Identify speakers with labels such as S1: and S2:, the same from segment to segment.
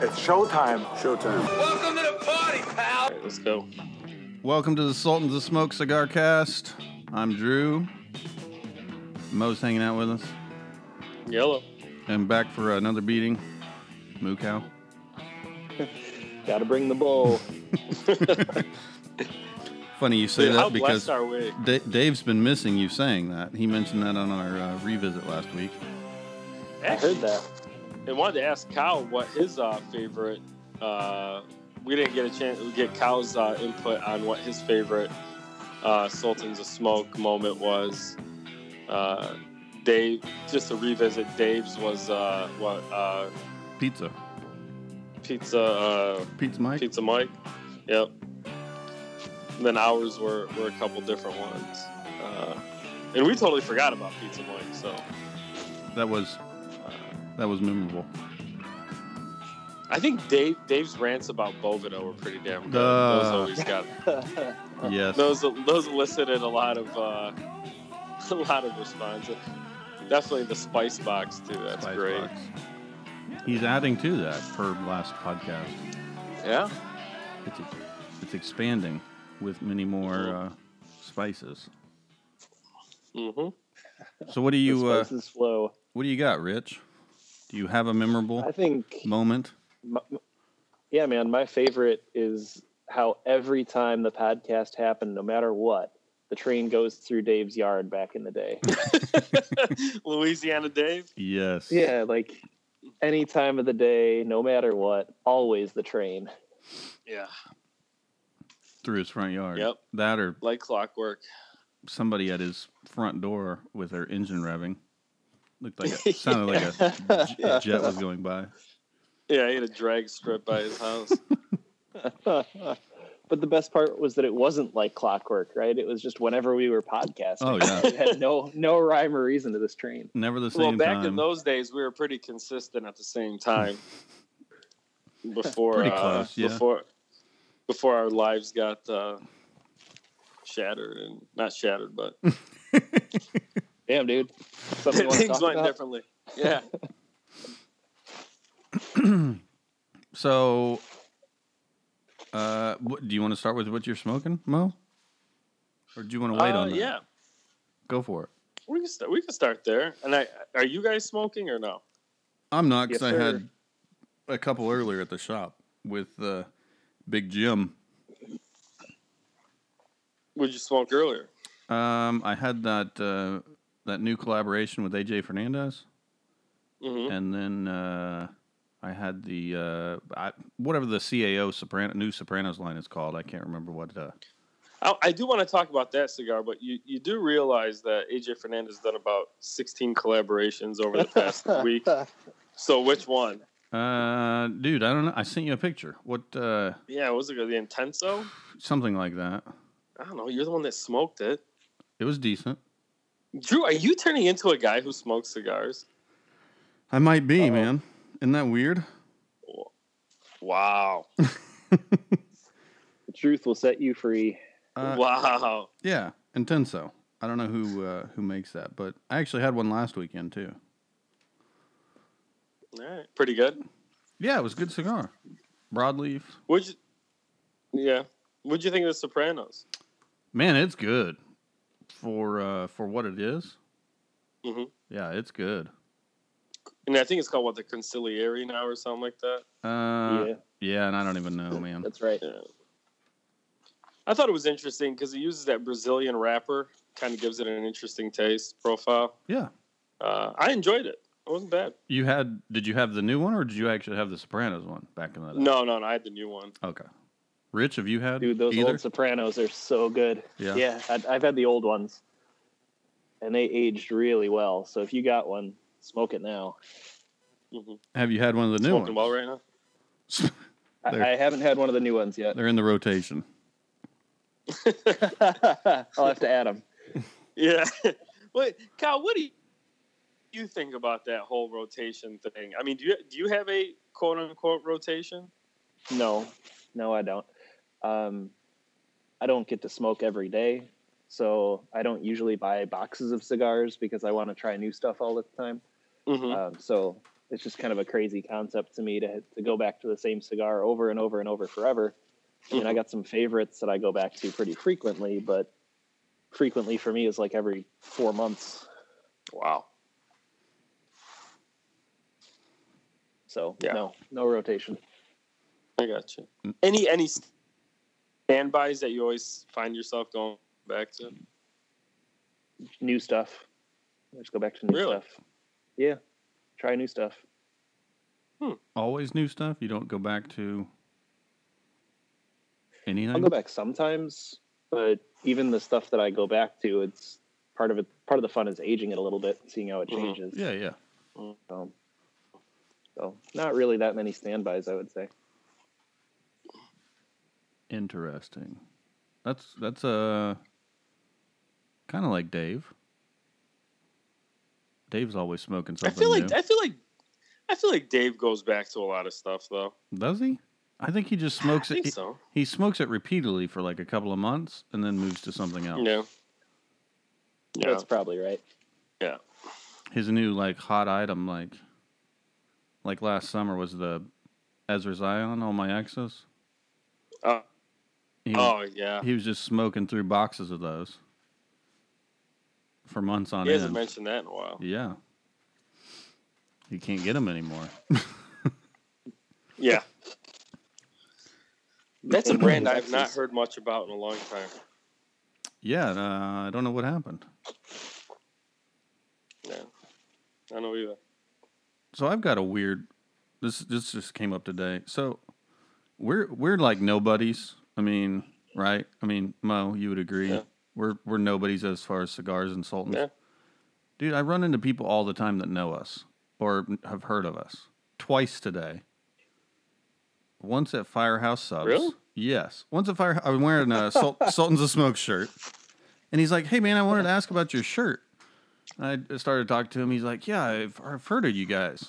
S1: It's showtime.
S2: Showtime.
S3: Welcome to the party, pal.
S4: Let's go.
S5: Welcome to the Sultans of Smoke Cigar Cast. I'm Drew. Mo's hanging out with us.
S4: Yellow.
S5: And back for another beating. Moo cow.
S4: Gotta bring the bowl.
S5: Funny you say
S4: Dude, how
S5: that
S4: blessed
S5: because
S4: are we?
S5: Da- Dave's been missing you saying that. He mentioned that on our uh, revisit last week.
S4: I heard that. I wanted to ask Kyle what his uh, favorite. Uh, we didn't get a chance to get Kyle's uh, input on what his favorite uh, Sultans of Smoke moment was. Uh, Dave, just to revisit, Dave's was uh, what uh,
S5: Pizza.
S4: pizza. Uh,
S5: Pizza Mike.
S4: Pizza Mike. Yep. And then ours were, were a couple different ones. Uh, and we totally forgot about Pizza Mike, so
S5: That was that was memorable.
S4: I think Dave Dave's rants about Bovino were pretty damn good.
S5: Uh.
S4: those always got
S5: Yes.
S4: those those elicited a lot of uh, a lot of responses. Definitely the spice box too. That's
S5: Spice
S4: great.
S5: Box. He's adding to that per last podcast.
S4: Yeah.
S5: It's it's expanding with many more uh, spices.
S4: Mm-hmm.
S5: So what do
S6: The
S5: you uh,
S6: spices flow.
S5: what do you got, Rich? Do you have a memorable
S6: I think,
S5: moment?
S6: my, yeah, man, my favorite is how every time the podcast happened, no matter what, the train goes through Dave's yard back in the day.
S4: Louisiana Dave.
S5: Yes.
S6: yeah, like any time of the day, no matter what, always the train.
S4: Yeah.
S5: Through his front yard.
S4: Yep.
S5: That or
S4: Like clockwork.
S5: somebody at his front door with their engine revving. Looked like it sounded like a j-
S4: Yeah.
S5: jet was going by.
S4: Yeah, he had a drag strip by his house.
S6: but the best part was that it wasn't like clockwork, right? It was just whenever we were podcasting.
S5: Oh yeah.
S6: It had no no rhyme or reason to this train.
S5: Never the
S4: well,
S5: same
S4: back
S5: time.
S4: in those days, we were pretty consistent at the same time. Before,
S5: Pretty
S4: uh,
S5: close, yeah.
S4: before, before our lives got uh, shattered and not shattered, but
S6: Damn, dude. Something you want to
S4: things
S6: talk
S4: went
S6: about?
S4: differently. Yeah,
S5: so uh what, do you want to start with what you're smoking, Mo? Or do you want to wait
S4: Uh,
S5: on that?
S4: yeah.
S5: Go for it.
S4: We can start. We can start there. And I, are you guys smoking or no?
S5: I'm not because
S6: Yes,
S5: I
S6: sir.
S5: had a couple earlier at the shop with uh, Big Jim.
S4: Would you smoke earlier?
S5: Um, I had that uh, that new collaboration with AJ Fernandez,
S4: hmm
S5: and then uh, I had the uh, I, whatever the CAO soprano new Sopranos line is called. I can't remember what. Uh,
S4: I, I do want to talk about that cigar, but you, you do realize that AJ Fernandez has done about sixteen collaborations over the past week. So which one?
S5: uh, dude, I don't know. I sent you a picture. What? Uh,
S4: Yeah, what was it the Intenso?
S5: something like that.
S4: I don't know. You're the one that smoked it.
S5: It was decent.
S4: Drew, are you turning into a guy who smokes cigars?
S5: I might be, man. Isn't that weird?
S4: Wow.
S6: The truth will set you free.
S5: Uh,
S4: wow.
S5: Yeah, Intenso. I don't know who uh, who makes that, but I actually had one last weekend too.
S4: All right. Pretty good.
S5: Yeah, it was a good cigar. Broadleaf.
S4: Would you Yeah. What'd you think of the Sopranos?
S5: Man, it's good for uh, for what it is.
S6: Mm-hmm.
S4: Mhm.
S5: Yeah, it's good.
S4: And I think it's called what the conciliary now or something like that.
S5: Uh, yeah.
S6: yeah,
S5: and I don't even know, man.
S6: that's right.
S4: Yeah. I thought it was interesting because it uses that Brazilian wrapper, kind of gives it an interesting taste profile.
S5: Yeah,
S4: Uh, I enjoyed it. It wasn't bad.
S5: you had. Did you have the new one, or did you actually have the Sopranos one back in the day?
S4: No, no, no. I had the new one.
S5: Okay. Rich, have you had
S6: Dude, those
S5: either?
S6: old Sopranos are so good.
S5: Yeah.
S6: I, I've had the old ones, and they aged really well. So if you got one, smoke it now.
S4: hmm
S5: have you had one of the new
S4: Smoking
S5: ones?
S4: well right now.
S5: There.
S6: I, I haven't had one of the new ones yet.
S5: They're in the rotation.
S6: I'll have to add them.
S4: Yeah. Wait, Kyle, what do you, you think about that whole rotation thing? I mean, do you do you have a quote unquote rotation?
S6: No, no, I don't. Um, I don't get to smoke every day, so I don't usually buy boxes of cigars because I want to try new stuff all the time.
S4: Mm-hmm.
S6: Um, so it's just kind of a crazy concept to me to to go back to the same cigar over and over and over forever. I
S4: Mm-hmm.
S6: mean, I got some favorites that I go back to pretty frequently, but frequently for me is like every four months.
S1: Wow.
S6: So
S4: Yeah.
S6: no, no rotation.
S4: I got
S5: Mm.
S4: you. Any any standbys that you always find yourself going back to?
S6: New stuff. I just go back to new
S4: Really?
S6: stuff. Yeah, try new stuff.
S5: Always new stuff. You don't go back to
S6: I'll
S5: anything.
S6: go back sometimes, but even the stuff that I go back to, it's part of it. Part of the fun is aging it a little bit, seeing how it
S4: Mhm.
S6: changes.
S5: Yeah, yeah.
S6: So, Um, so not really that many standbys, I would say.
S5: Interesting. That's that's uh kind of like Dave. Dave's always smoking
S4: I
S5: something
S4: feel
S5: new.
S4: like I feel like I feel like Dave goes back to a lot of stuff though.
S5: Does he? I think he just smokes
S4: I
S5: it.
S4: think
S5: He,
S4: so.
S5: he smokes it repeatedly for like a couple of months and then moves to something else.
S4: Yeah. Yeah.
S6: That's probably right.
S5: His new like hot item, like like last summer was the Ezra Zion on my Exos.
S4: Oh.
S5: he, was-
S4: Oh yeah.
S5: he was just smoking through boxes of those for months on
S4: He hasn't
S5: end.
S4: mentioned that in a while.
S5: Yeah. You can't get them anymore.
S4: Yeah. That's a
S6: And
S4: brand
S6: Dave
S4: I've not
S6: X's.
S4: heard much about in a long time.
S5: yeah, and, uh, I don't know what happened.
S4: I don't know either.
S5: So I've got a weird. This this just came up today. So we're we're like nobodies. I mean, right? I mean, Mo, you would agree.
S4: Yeah.
S5: We're we're nobodies as far as cigars and sultans.
S4: Yeah.
S5: Dude, I run into people all the time that know us or have heard of us. Twice today. Once at Firehouse Subs.
S4: Really?
S5: Yes. Once at Firehouse, I'm wearing a Sul- Sultans of Smoke shirt. And he's like, hey, man, I wanted to ask about your shirt. I started talking to him. He's like, yeah, I've, I've heard of you guys.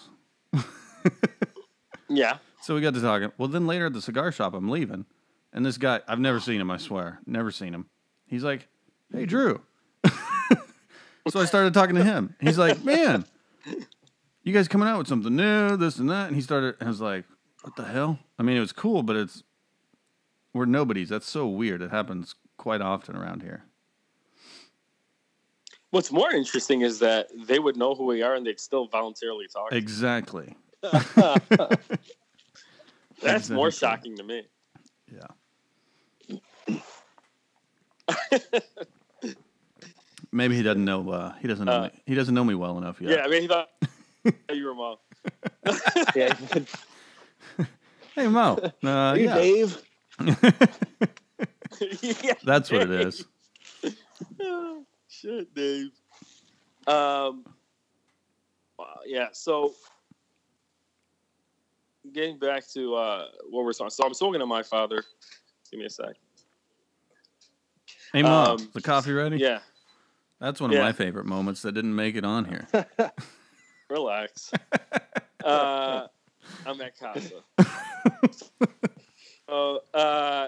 S4: Yeah.
S5: So we got to talking. Well, then later at the cigar shop, I'm leaving, and this guy, I've never seen him. I swear, never seen him. He's like, "Hey, Drew." so I started talking to him. He's like, "Man, you guys coming out with something new, this and that?" And he started. I was like, "What the hell?" I mean, it was cool, but it's we're nobodies. That's so weird. It happens quite often around here.
S4: What's more interesting is that they would know who we are and they'd still voluntarily talk.
S5: Exactly.
S4: That's more shocking
S5: exactly.
S4: to me.
S5: Yeah. Maybe he doesn't know. Uh, he doesn't know.
S4: Uh,
S5: me. He doesn't know me well enough yet.
S4: Yeah, I mean, he thought you were mom.
S6: Yeah,
S5: Hey Mo. Uh,
S6: you
S5: yeah.
S6: Dave.
S4: yeah.
S5: That's what it is.
S4: Oh, Shit, Dave. Um, wow, yeah. So, getting back to uh, what we're talking. So I'm talking to my father. Give me a sec.
S5: Hey Mo.
S4: Um,
S5: the coffee ready?
S4: Yeah,
S5: That's one of
S4: yeah.
S5: my favorite moments that didn't make it on here.
S4: relax. uh, I'm at casa. so, uh,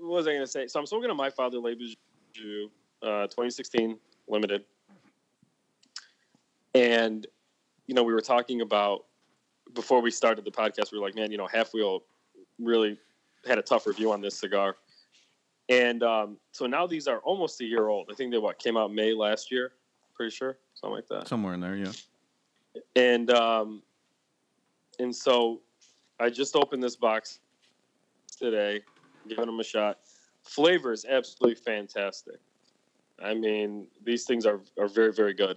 S4: what was I going to say? So I'm talking to my father, Le Bijou, uh, 2016 limited, and you know we were talking about before we started the podcast. We were like, man, you know, Half Wheel really had a tough review on this cigar, and um, so now these are almost a year old. I think they what came out May last year, pretty sure, something like that
S5: Somewhere in there, yeah.
S4: and um, and so I just opened this box today, giving them a shot. Flavor is absolutely fantastic. I mean, these things are are very very good.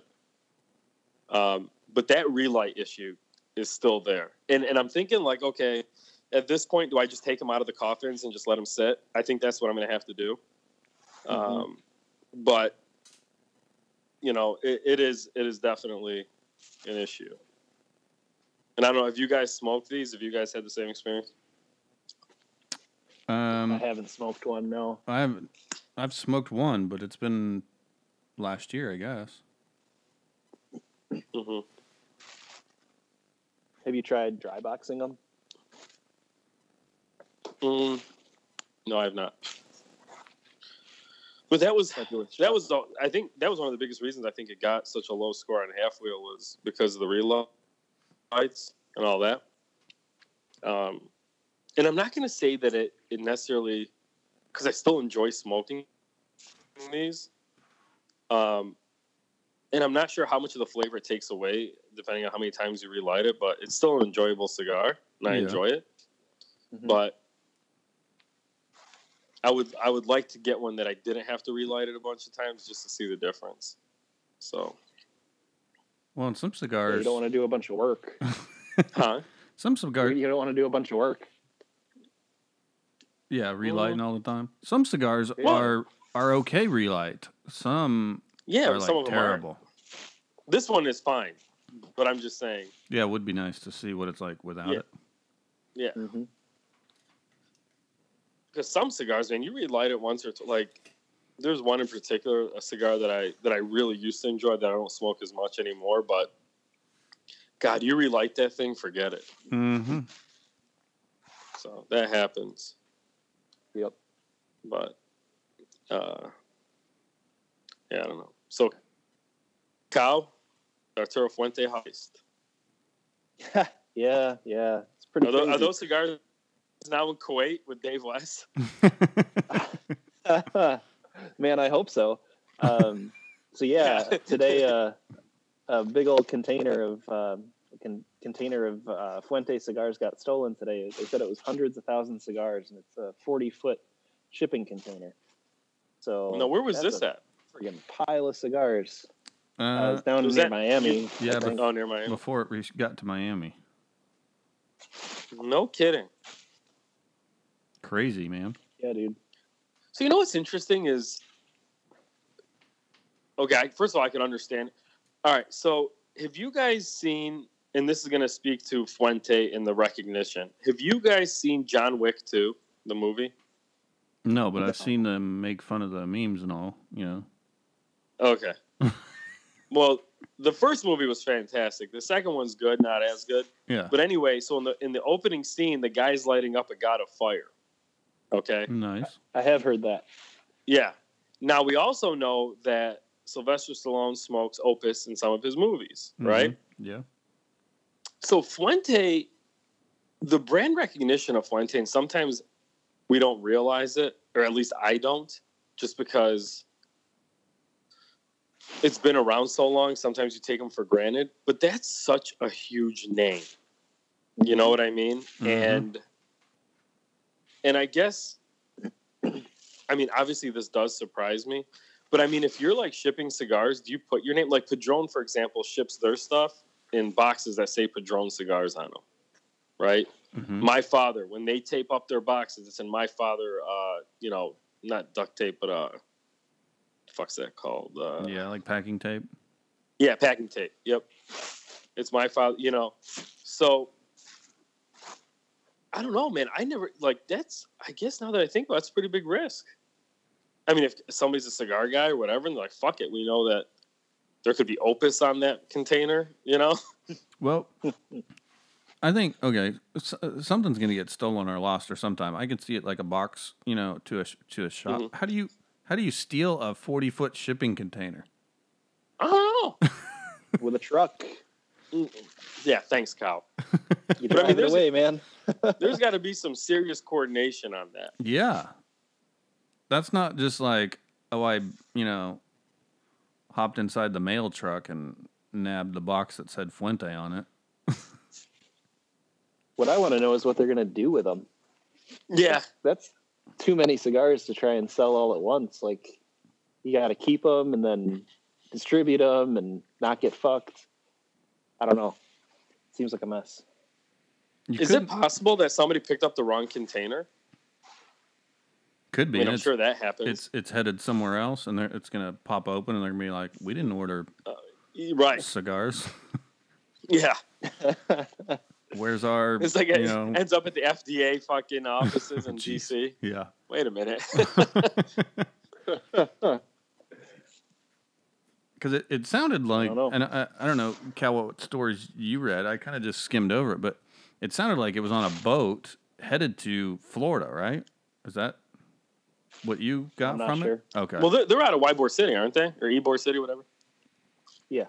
S4: Um, but that relight issue is still there, and and I'm thinking like, okay, at this point, do I just take them out of the coffins and just let them sit? I think that's what I'm going to have to do. Um, but you know, it, it is it is definitely an issue. And I don't know, have you guys smoked these? Have you guys had the same experience?
S6: I
S5: Um,
S6: haven't smoked one. No,
S5: I've I've smoked one, but it's been last year, I guess.
S4: hmm
S6: have you tried dry boxing them?
S4: Mm, no, I have not. But that was that was the, I think that was one of the biggest reasons I think it got such a low score on half wheel was because of the reload. fights and all that. Um, and I'm not going to say that it, it necessarily, because I still enjoy smoking these. Um, and I'm not sure how much of the flavor it takes away, depending on how many times you relight it, but it's still an enjoyable cigar, and I
S5: Yeah.
S4: enjoy it.
S6: Mhm.
S4: But I would I would like to get one that I didn't have to relight it a bunch of times just to see the difference. So,
S5: Well, and some
S6: You
S5: cigars,
S6: don't want to do a bunch of work.
S4: huh?
S5: some cigar,
S6: You don't want to do a bunch of work.
S5: yeah,
S4: Mm-hmm.
S5: relighting all the time. Some cigars
S6: Yeah.
S5: are are okay relight. Some
S4: Yeah,
S5: are like
S4: some of them are.
S5: terrible.
S4: This one is fine, but I'm just saying.
S5: Yeah, it would be nice to see what it's like without
S4: Yeah.
S5: it.
S4: Yeah,
S6: hmm
S4: because some cigars, man, you relight it once or tw- like. There's one in particular, a cigar that I that I really used to enjoy that I don't smoke as much anymore. But God, you relight that thing, forget it.
S5: Mm-hmm.
S4: So that happens.
S6: Yep.
S4: But uh, yeah, I don't know. So cow, Arturo Fuente heist.
S6: yeah, yeah. It's pretty.
S4: Are those, are
S6: crazy.
S4: those cigars now in Kuwait with Dave West?
S5: Mm-hmm.
S6: Man, I hope so. Um, so yeah,
S4: Yeah.
S6: today uh, a big old container of um, con- container of uh, Fuente cigars got stolen today. They said it was hundreds of thousands of cigars, and it's a forty foot shipping container. So
S4: No, where was
S6: Oh, that's
S4: this
S6: a
S4: at?
S6: Friggin' pile of cigars. I
S5: Uh,
S6: was down
S4: was
S6: near
S4: that-
S6: Miami. I
S5: Yeah, but-
S6: think.
S4: Oh, near Miami.
S5: before it re- got to Miami,
S4: No kidding.
S5: crazy man.
S6: oh, yeah, dude.
S4: So you know what's interesting is, okay. First of all, I can understand. All right. So have you guys seen? And this is going to speak to Fuente in the recognition. Have you guys seen John Wick 2, the movie?
S5: No, but I've
S6: No.
S5: seen them make fun of the memes and all. You know,
S4: Okay. well, the first movie was fantastic. The second one's good, not as good.
S5: yeah.
S4: But anyway, so in the in the opening scene, the guy's lighting up a god of fire. Okay.
S5: Nice.
S6: I have heard that.
S4: Yeah. Now we also know that Sylvester Stallone smokes opus in some of his movies, right?
S5: Mhm. Yeah.
S4: So Fuente, the brand recognition of Fuente, and sometimes we don't realize it, or at least I don't, just because it's been around so long. Sometimes you take them for granted, but that's such a huge name. You know what I mean?
S5: Mhm.
S4: And and I guess, I mean, obviously this does surprise me, but I mean, if you're like shipping cigars, do you put your name? Like Padron, for example, ships their stuff in boxes that say Padron cigars on them, right?
S5: Mhm.
S4: My father, when they tape up their boxes, it's in my father, uh, you know, not duct tape, but uh, fuck's that called? Uh, yeah.
S5: Yeah, like packing tape.
S4: packing tape. Yep, it's my father. You know, so I don't know, man. I never like that's. I guess now that I think about, it, it's a pretty big risk. I mean, if somebody's a cigar guy or whatever, and they're like, "Fuck it," we know that there could be opus on that container. You know?
S5: Well, I think okay, s- uh, something's gonna get stolen or lost or sometime. I can see it like a box, you know, to a sh- to a shop.
S4: Mhm.
S5: How do you how do you steal a forty foot shipping container?
S4: I don't know.
S6: With a truck,
S4: yeah, thanks, Kyle.
S6: you
S4: But I mean,
S6: drive it
S4: there's a-
S6: away, man.
S4: There's got to be some serious coordination on that.
S5: Yeah, that's not just like oh I you know hopped inside the mail truck and nabbed the box that said Fuente on it.
S6: What I want to know is what they're gonna do with them.
S4: Yeah,
S6: that's too many cigars to try and sell all at once. Like you got to keep them and then distribute them and not get fucked. I don't know. Seems like a mess.
S5: You
S4: is
S5: could,
S4: it possible that somebody picked up the wrong container?
S5: could
S4: I
S5: be.
S4: mean,
S5: and
S4: I'm
S5: it's,
S4: sure that happens.
S5: it's it's headed somewhere else, and they're- it's gonna pop open, and they're gonna be like, "We didn't order
S4: E, Right?
S5: cigars.
S4: Yeah,
S5: Where's our?"
S4: it's like
S5: you
S4: it
S5: know,
S4: ends up at the FDA fucking offices in
S5: Jeez.
S4: DC.
S5: yeah.
S4: Wait a minute.
S5: because it, it sounded like
S6: know.
S5: and I, I don't know Cal what stories you read I kind of just skimmed over it but it sounded like it was on a boat headed to Florida right is that what you got
S6: I'm not
S5: from
S6: sure.
S5: it okay
S4: well, they're, they're out of Ybor City, aren't they, or Ybor City, whatever?
S6: Yeah.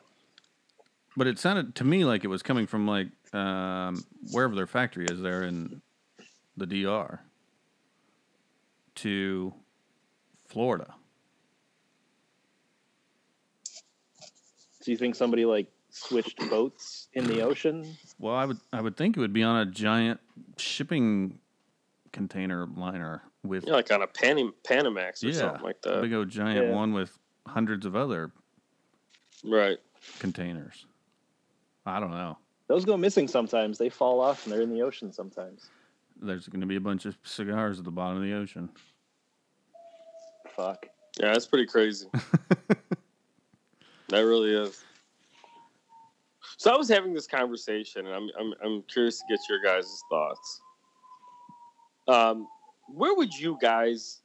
S5: but it sounded to me like it was coming from like um, wherever their factory is there in the DR to Florida.
S6: Do you think somebody like switched boats in the ocean?
S5: Well, I would I would think it would be on a giant shipping container liner with
S4: You know, like on a Panim- Panamax or
S5: Yeah.
S4: something like
S5: a
S4: that.
S5: big old giant
S6: Yeah.
S5: one with hundreds of other
S4: Right.
S5: containers. I don't know.
S6: Those go missing sometimes. They fall off and they're in the ocean sometimes.
S5: There's going to be a bunch of cigars at the bottom of the ocean.
S6: Fuck.
S4: Yeah, that's pretty crazy. that really is. So I was having this conversation, and I'm I'm, I'm curious to get your guys' thoughts. Um, where would you guys,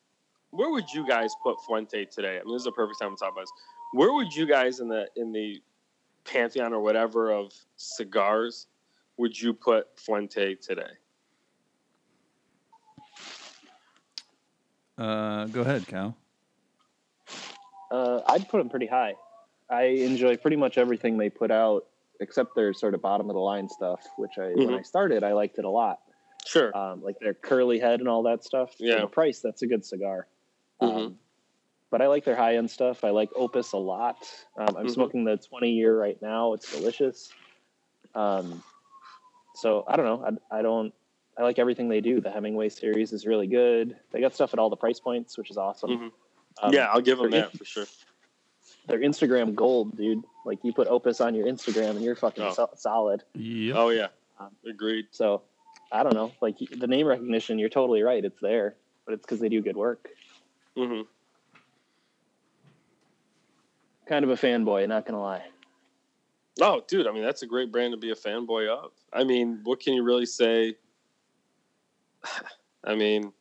S4: where would you guys put Fuente today? I mean, this is a perfect time to talk about this. Where would you guys in the in the pantheon or whatever of cigars would you put Fuente today?
S5: Uh, go ahead, Cal.
S6: Uh, I'd put them pretty high. I enjoy pretty much everything they put out, except their sort of bottom of the line stuff, which I when
S4: Mhm.
S6: I started I liked it a lot.
S4: Sure.
S6: Um, like their curly head and all that stuff. For
S4: Yeah.
S6: the price, that's a good cigar.
S4: Mhm.
S6: Um, but I like their high end stuff. I like Opus a lot. Um, I'm
S4: Mhm.
S6: smoking the 20 year right now. It's delicious. Um, so I don't know. I, I don't. I like everything they do. The Hemingway series is really good. They got stuff at all the price points, which is awesome.
S4: Mhm.
S6: Um,
S4: yeah, I'll give them
S6: for
S4: that for sure.
S6: their Instagram gold, dude. Like you put Opus on your Instagram and you're fucking
S4: Oh.
S6: so- solid.
S5: Yep.
S4: Oh yeah,
S6: Um,
S4: agreed.
S6: So I don't know. Like the name recognition, you're totally right. It's there, but it's because they do good work.
S4: hmm
S6: Kind of a fanboy, not gonna lie.
S4: Oh, dude, I mean, that's a great brand to be a fanboy of. I mean, what can you really say? I mean,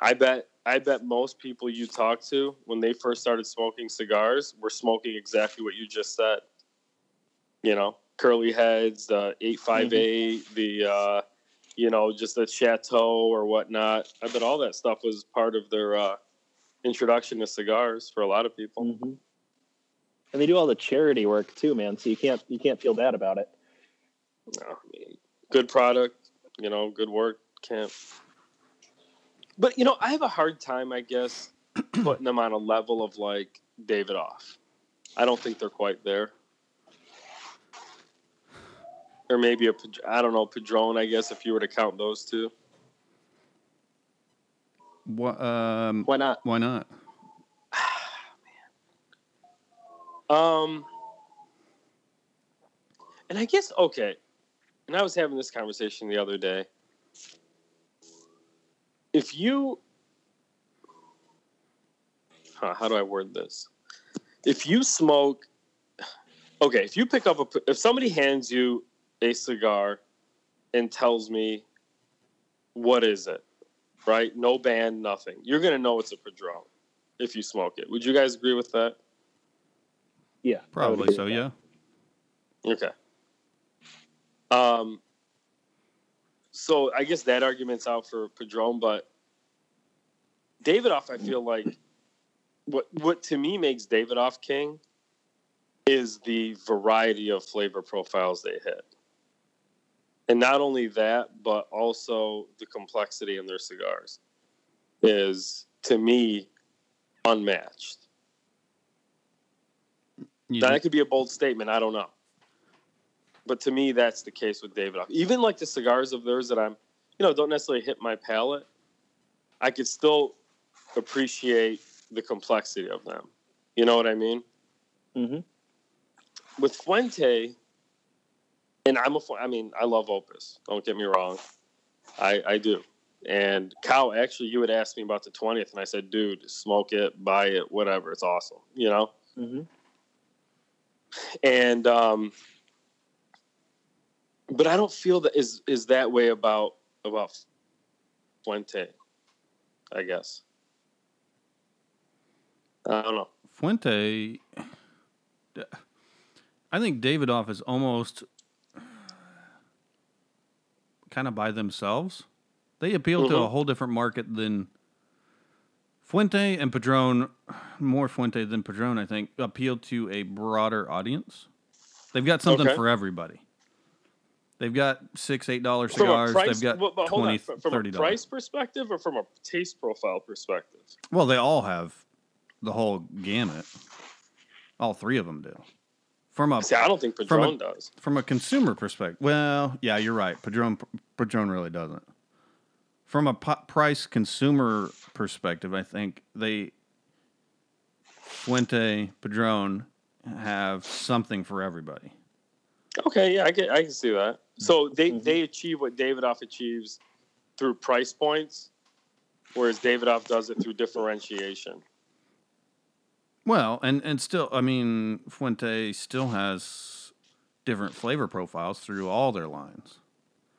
S4: I bet I bet most people you talk to when they first started smoking cigars were smoking exactly what you just said. You know, curly heads, the eight five eight, the uh, you know, just the chateau or whatnot. I bet all that stuff was part of their uh, introduction to cigars for a lot of people.
S6: hmm And they do all the charity work too, man. So you can't you can't feel bad about it.
S4: No, I mean, good product, you know, good work, Camp. But you know, I have a hard time, I guess, putting them on a level of like David off. I don't think they're quite there. Or maybe a, Pad- I don't know, Padron. I guess if you were to count those two,
S5: Wh- um,
S6: Why not?
S5: why not?
S4: um, and I guess okay. And I was having this conversation the other day. If you huh, how do I word this? If you smoke, okay, if you pick up a, if somebody hands you a cigar and tells me, what is it? Right? No band, nothing. You're going to know it's a Padron if you smoke it. Would you guys agree with that?
S6: Yeah, I would
S5: Probably
S6: agree
S5: so,
S6: with
S5: yeah.
S4: Okay. Um. So I guess that argument's out for Padron, but Davidoff, I feel like what what to me makes Davidoff king is the variety of flavor profiles they hit, and not only that, but also the complexity in their cigars is to me unmatched.
S5: You
S4: Now,
S5: think-
S4: that could be a bold statement. I don't know. But to me, that's the case with Davidoff. Even like the cigars of theirs that I'm, you know, don't necessarily hit my palate, I could still appreciate the complexity of them. You know what I mean?
S6: that. Mhm.
S4: Mm-hmm, with Fuente, and I'm a, Fu- I mean, I love Opus. Don't get me wrong, I I do. And Kyle, actually, you had asked me about the twentieth, and I said, dude, smoke it, buy it, whatever. It's awesome, you know.
S6: Mhm.
S4: And um, but I don't feel that is is that way about about Fuente, I guess. I don't know.
S5: Fuente, I think Davidoff is almost kind of by themselves. They appeal to a
S4: Mhm.
S5: whole different market than Fuente and Padron. More Fuente than Padron, I think, appeal to a broader audience They've got something
S4: Okay.
S5: for everybody. They've got six, eight dollar
S4: From
S5: cigars.
S4: a price,
S5: They've got
S4: but, but hold on,
S5: twenty,
S4: fr- from
S5: thirty
S4: a
S5: dollars.
S4: price perspective or from a taste profile perspective?
S5: Well, they all have the whole gamut. All three of them do. From a
S4: See, I don't think
S5: Um, From a-
S4: Padron does.
S5: from a consumer perspective, well, yeah, you're right. Padron Padron really doesn't. From a po- price consumer perspective, I think they Fuente Padron have something for everybody.
S4: Okay, yeah, I can I can see that. So they
S5: Mm-hmm.
S6: Mhm.
S4: they achieve what Davidoff achieves through price points, whereas Davidoff does it through differentiation.
S5: Well, and and still, I mean, Fuente still has different flavor profiles through all their lines.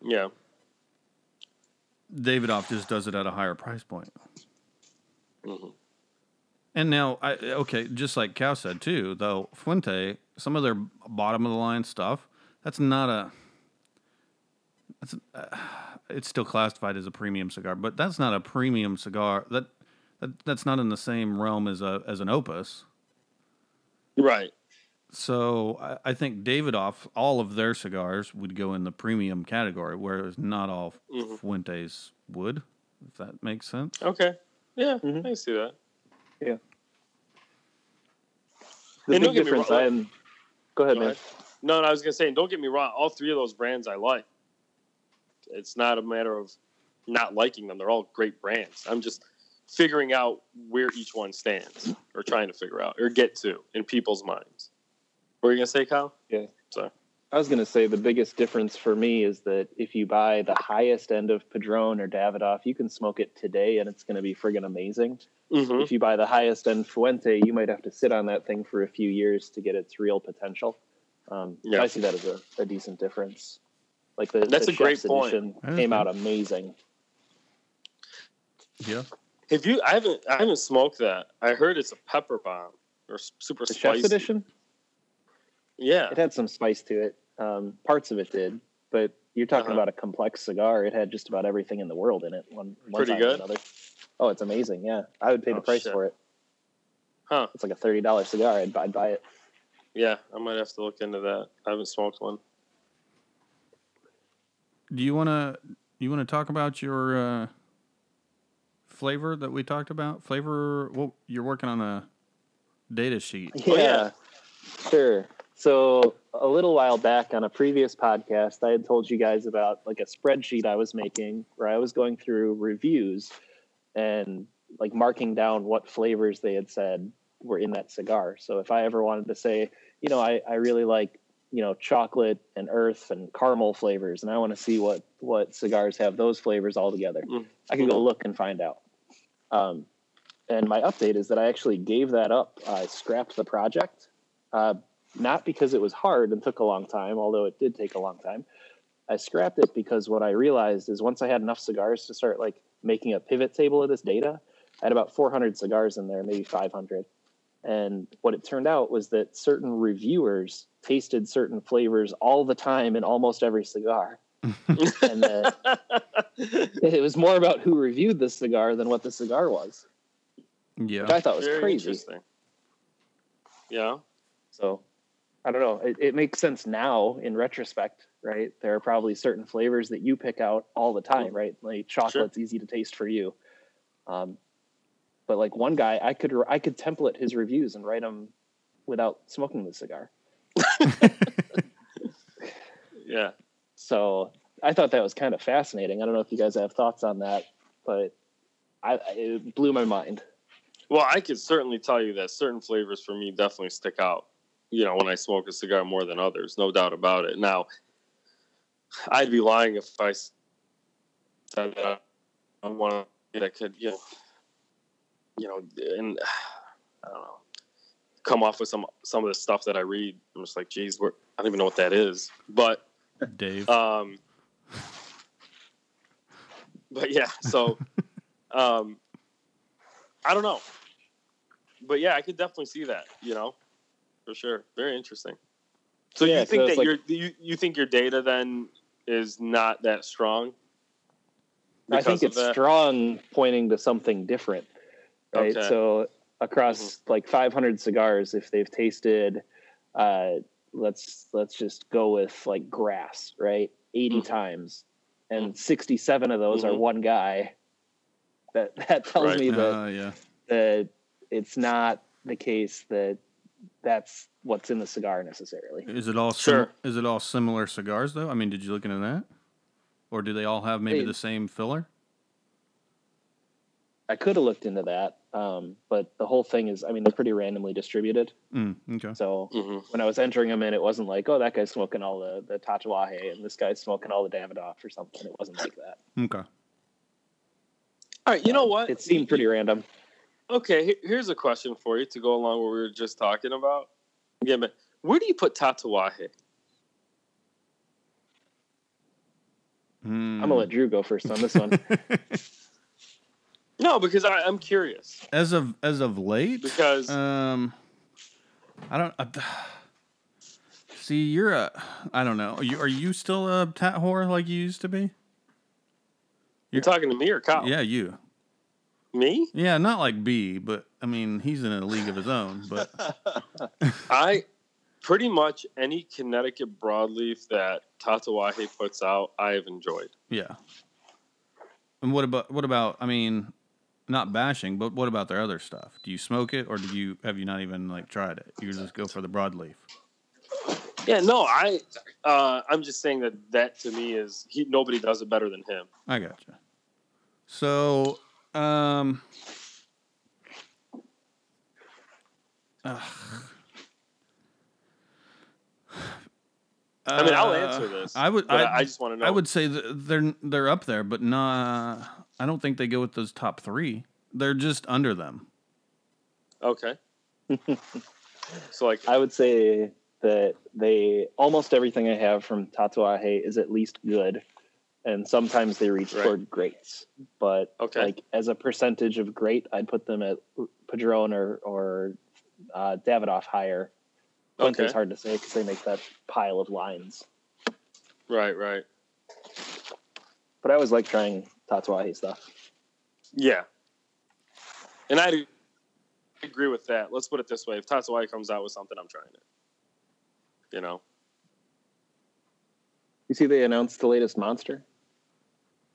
S4: Yeah.
S5: Davidoff just does it at a higher price point.
S4: Mhm.
S5: And now, I okay, just like Cow said too, though Fuente, some of their bottom of the line stuff, that's not a. That's uh, it's still classified as a premium cigar, but that's not a premium cigar. That, that that's not in the same realm as a as an Opus.
S4: Right.
S5: So I, I think Davidoff, all of their cigars would go in the premium category, whereas not all
S4: Mhm.
S5: Fuentes would. If that makes sense.
S4: Okay. Yeah,
S6: Mhm.
S4: I see that.
S6: The
S4: And don't
S6: big
S4: get me
S6: difference
S4: wrong,
S6: I am. Go ahead,
S4: Go
S6: man.
S4: ahead. No, no, I was gonna say, and don't get me wrong, all three of those brands I like. It's not a matter of not liking them; they're all great brands. I'm just figuring out where each one stands, or trying to figure out, or get to in people's minds. What were you gonna say, Kyle?
S6: I was going to say the biggest difference for me is that if you buy the highest end of Padron or Davidoff, you can smoke it today and it's going to be friggin' amazing.
S4: Mm-hmm.
S6: If you buy the highest end Fuente, you might have to sit on that thing for a few years to get its real potential. Um, so
S4: Yeah.
S6: I see that as a, a decent difference. Like the,
S4: That's
S6: the
S4: a great
S6: Chef's
S4: point.
S6: edition
S5: I
S6: came
S5: agree.
S6: out amazing.
S5: Yeah.
S4: Have you? I haven't. I haven't smoked that. I heard it's a pepper bomb or s- super
S6: The
S4: spicy.
S6: Chef's edition,
S4: Yeah.
S6: it had some spice to it. Um, parts of it did, but you're talking
S4: Uh-huh.
S6: about a complex cigar. It had just about everything in the world in it. One, one
S4: Pretty
S6: time
S4: good?
S6: Or another. Oh, it's amazing. Yeah, I would pay
S4: Oh,
S6: the price
S4: shit.
S6: for it.
S4: Huh.
S6: It's like a thirty dollar cigar. I'd, I'd buy it.
S4: Yeah. I might have to look into that. I haven't smoked one.
S5: Do you want to you want to talk about your uh, flavor that we talked about? Flavor. Well, you're working on a data sheet.
S6: Yeah,
S4: Oh, yeah.
S6: sure. So a little while back on a previous podcast, I had told you guys about like a spreadsheet I was making where I was going through reviews and like marking down what flavors they had said were in that cigar. So if I ever wanted to say, you know, I, I really like, you know, chocolate and earth and caramel flavors, and I want to see what what cigars have those flavors all together.
S4: Mm.
S6: I could go look and find out. Um, and my update is that I actually gave that up. I scrapped the project, uh, not because it was hard and took a long time, although it did take a long time. I scrapped it because what I realized is once I had enough cigars to start like making a pivot table of this data, I had about 400 cigars in there, maybe 500. And what it turned out was that certain reviewers tasted certain flavors all the time in almost every cigar. and that it was more about who reviewed the cigar than what the cigar was, which
S5: Yeah.
S6: I thought was
S4: Very
S6: crazy.
S4: interesting. Yeah.
S6: So I don't know. It, it makes sense now in retrospect, right? There are probably certain flavors that you pick out all the time, right? Like chocolate's easy to taste for you. Um, but like one guy, I could I could template his reviews and write them without smoking the cigar.
S4: Yeah.
S6: So I thought that was kind of fascinating. I don't know if you guys have thoughts on that, but I it blew my mind.
S4: Well, I could certainly tell you that certain flavors for me definitely stick out. You know, when I smoke a cigar more than others, no doubt about it. Now, I'd be lying if I s- said that I'm one of the- that could, you know, you know, and I don't know, come off with some some of the stuff that I read. I'm just like, geez, where, I don't even know what that is, but
S5: Dave.
S4: um, but yeah, so um, I don't know, but yeah, I could definitely see that. You know, for sure, very interesting. So
S6: Yeah,
S4: you
S6: so
S4: think
S6: it's
S4: that
S6: like-
S4: your you, you think your data then is not that strong?
S6: I think it's strong pointing to something different. Right.
S4: Okay. Mm-hmm.
S6: So across like 500 cigars, if they've tasted uh, let's let's just go with like grass, right? 80
S4: Mm-hmm.
S6: times, and sixty-seven of those are
S4: Mhm.
S6: one guy. That that tells
S4: Right.
S6: me that
S5: Uh, yeah.
S6: that it's not the case that that's what's in the cigar necessarily.
S5: Is it all
S4: Sure.
S5: sure. Is it all similar cigars though? I mean, did you look into that? Or do they all have maybe
S6: They-
S5: the same filler?
S6: I could have looked into that, um, but the whole thing is, I mean, they're pretty randomly distributed.
S5: Mm, okay.
S6: So
S4: hmm
S6: when I was entering them in, it wasn't like, oh, that guy's smoking all the the Tatuaje and this guy's smoking all the Davidoff or something. It wasn't like that.
S5: Okay.
S4: All right, you know
S6: Um,
S4: what?
S6: It seemed pretty random.
S4: Okay, he- here's a question for you to go along what we were just talking about. Yeah, but where do you put Tatawahe?
S6: I'm gonna
S4: Mm.
S6: let Drew go first on this one.
S5: Mm.
S4: No, because I, I'm curious.
S5: as of as of late
S4: Because-
S5: um i don't uh, see you're a i don't know are you, are you still a tat whore like you used to be
S4: You're talking to me or Kyle?
S5: yeah you
S4: Me?
S5: yeah not like b but i mean he's in a league of his own but
S4: I pretty much any Connecticut broadleaf that Tatawahe puts out, I have enjoyed.
S5: yeah and what about what about i mean not bashing but what about their other stuff do you smoke it or do you have you not even like tried it you just go for the broadleaf
S4: Yeah, no, I uh, I'm just saying that that to me is he, nobody does it better than him.
S5: I gotcha. So, um, ugh.
S4: I mean, I'll
S5: Uh,
S4: answer this.
S5: I would.
S4: but
S5: I,
S4: I, just want to know.
S5: I would say that they're they're up there, but nah. I don't think they go with those top three. They're just under them.
S4: Okay. so like
S6: I would say that they almost everything I have from Tatuaje is at least good, and sometimes they reach
S4: Right.
S6: toward greats. But
S4: Okay.
S6: like as a percentage of great, I'd put them at Padron or or uh, Davidoff higher. Puente's
S4: Okay.
S6: hard to say because they make that pile of lines.
S4: right, right.
S6: But I always like trying Tatuaje stuff.
S4: Yeah. And I agree with that. Let's put it this way: if Tatsuwai comes out with something, I'm trying it. You know.
S6: You see, they announced the latest monster,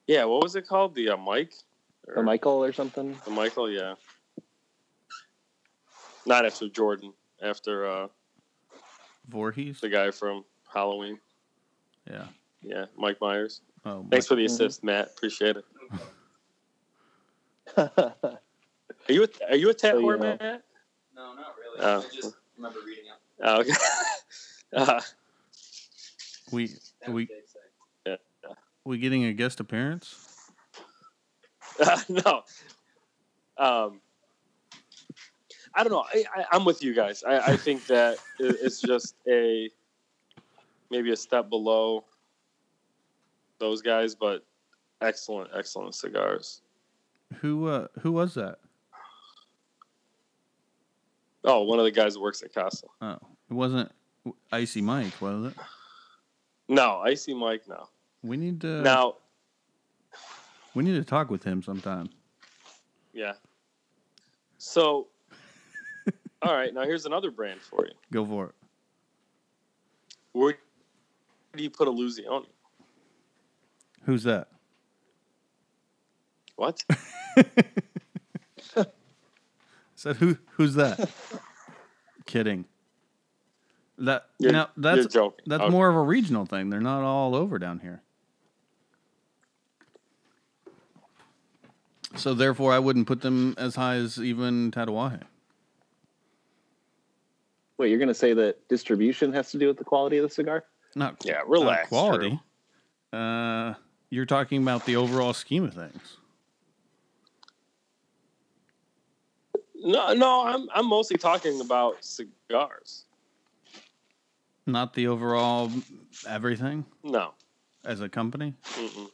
S4: Yeah. What was it called? The uh, Mike. Or,
S6: or Michael or something.
S4: The Michael. Yeah. Not after Jordan. After uh,
S5: Voorhees.
S4: the guy from Halloween.
S5: Yeah.
S4: Yeah, Mike Myers.
S5: Oh,
S4: Thanks for the
S6: Mhm.
S4: assist, Matt. Appreciate it.
S6: I
S4: Are you a, are you a tat
S6: So you
S4: whore,
S6: know.
S4: Matt?
S1: No, not really.
S4: Oh.
S1: I just remember reading up.
S4: Oh, okay. uh,
S5: we
S1: That
S5: we
S1: was big, so-
S5: we getting a guest appearance?
S4: no. Um, I don't know. I, I, I'm with you guys. I, I think that i- it's just a maybe a step below those guys, but excellent, excellent cigars.
S5: Who uh who was that?
S4: Oh, one of the guys that works at Casa.
S5: Oh, it wasn't Icy Mike, was it?
S4: No, Icy Mike. No.
S5: We need to
S4: Now,
S5: we need to talk with him sometime.
S4: yeah. So, all right. Now here's another brand for you.
S5: Go for it.
S4: Where do you put a Luzioni?
S5: Who's that?
S4: What?
S5: Said who? Who's that? Kidding. That
S4: You're-
S5: now
S4: You're
S5: that's
S4: joking.
S5: that's
S4: Okay.
S5: more of a regional thing. They're not all over down here. So therefore, I wouldn't put them as high as even Tatawahe.
S6: Wait, you're going to say that distribution has to do with the quality of the cigar?
S5: Not
S4: Yeah,
S5: not
S4: relax,
S5: quality. Uh, you're talking about the overall scheme of things.
S4: No, no, I'm I'm mostly talking about cigars.
S5: Not the overall everything
S4: No,
S5: as a company.
S4: mm-mm.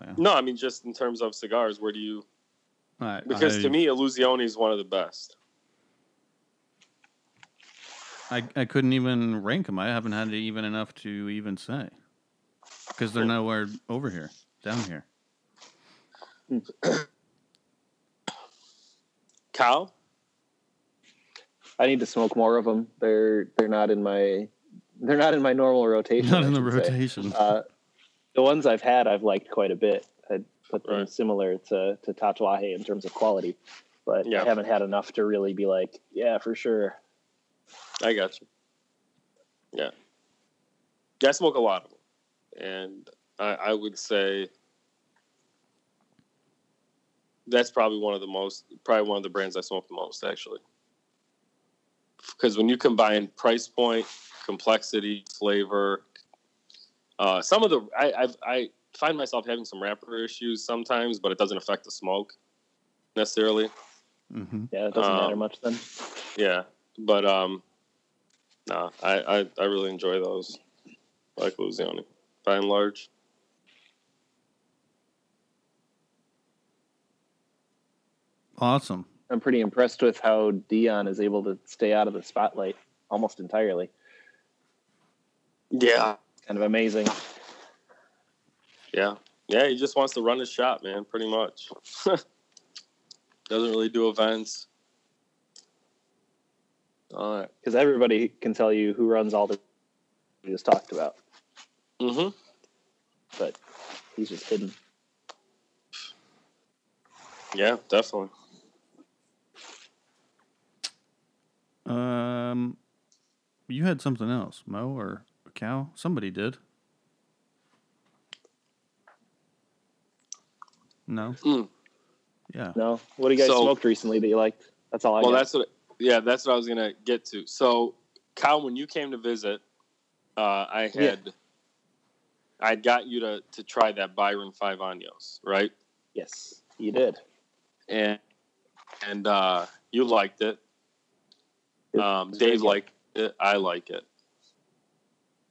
S5: Wow.
S4: no, I mean just in terms of cigars. Where do you?
S5: I-
S4: Because
S5: I-
S4: to me, Illusione is one of the best.
S5: I, I couldn't even rank them. I haven't had even enough to even say because they're nowhere over here, down here.
S4: Cow.
S6: I need to smoke more of them. They're they're not in my they're not in my normal rotation.
S5: Not
S6: I
S5: in the
S6: should say.
S5: rotation.
S6: Uh, the ones I've had, I've liked quite a bit. I'd put them
S4: Right.
S6: similar to to Tatuaje in terms of quality, but
S4: Yeah.
S6: I haven't had enough to really be like, yeah, for sure.
S4: I got you. Yeah. Yeah, I smoke a lot of them. And I, I would say that's probably one of the most, probably one of the brands I smoke the most, actually. Because when you combine price point, complexity, flavor, uh, some of the, I, I've, I find myself having some wrapper issues sometimes, but it doesn't affect the smoke necessarily.
S5: hmm
S6: Yeah, it doesn't
S4: Um,
S6: matter much then.
S4: Yeah, but um, nah, I, I I really enjoy those, like Luzioni, by and large.
S5: Awesome.
S6: I'm pretty impressed with how Dion is able to stay out of the spotlight almost entirely.
S4: Yeah,
S6: Kind of amazing.
S4: yeah, yeah. He just wants to run his shop, man. Pretty much. Doesn't really do events. All right.
S6: because everybody can tell you who runs all the we just talked about,
S4: Mm-hmm.
S6: but he's just hidden.
S4: Yeah, definitely.
S5: Um, you had something else, Mo or a cow? Somebody did. No.
S6: Hmm.
S4: Mm.
S5: Yeah.
S6: No, what do you guys
S4: So-
S6: smoked recently that you liked? That's all I.
S4: well,
S6: got.
S4: that's what. Yeah, that's what I was gonna get to. So, Kyle, when you came to visit, uh, I
S6: Yeah.
S4: had, I got you to to try that Byron Five Años, right?
S6: yes, you did.
S4: and and uh, you liked it. Um,
S6: It's
S4: Dave
S6: very
S4: liked it. I like it.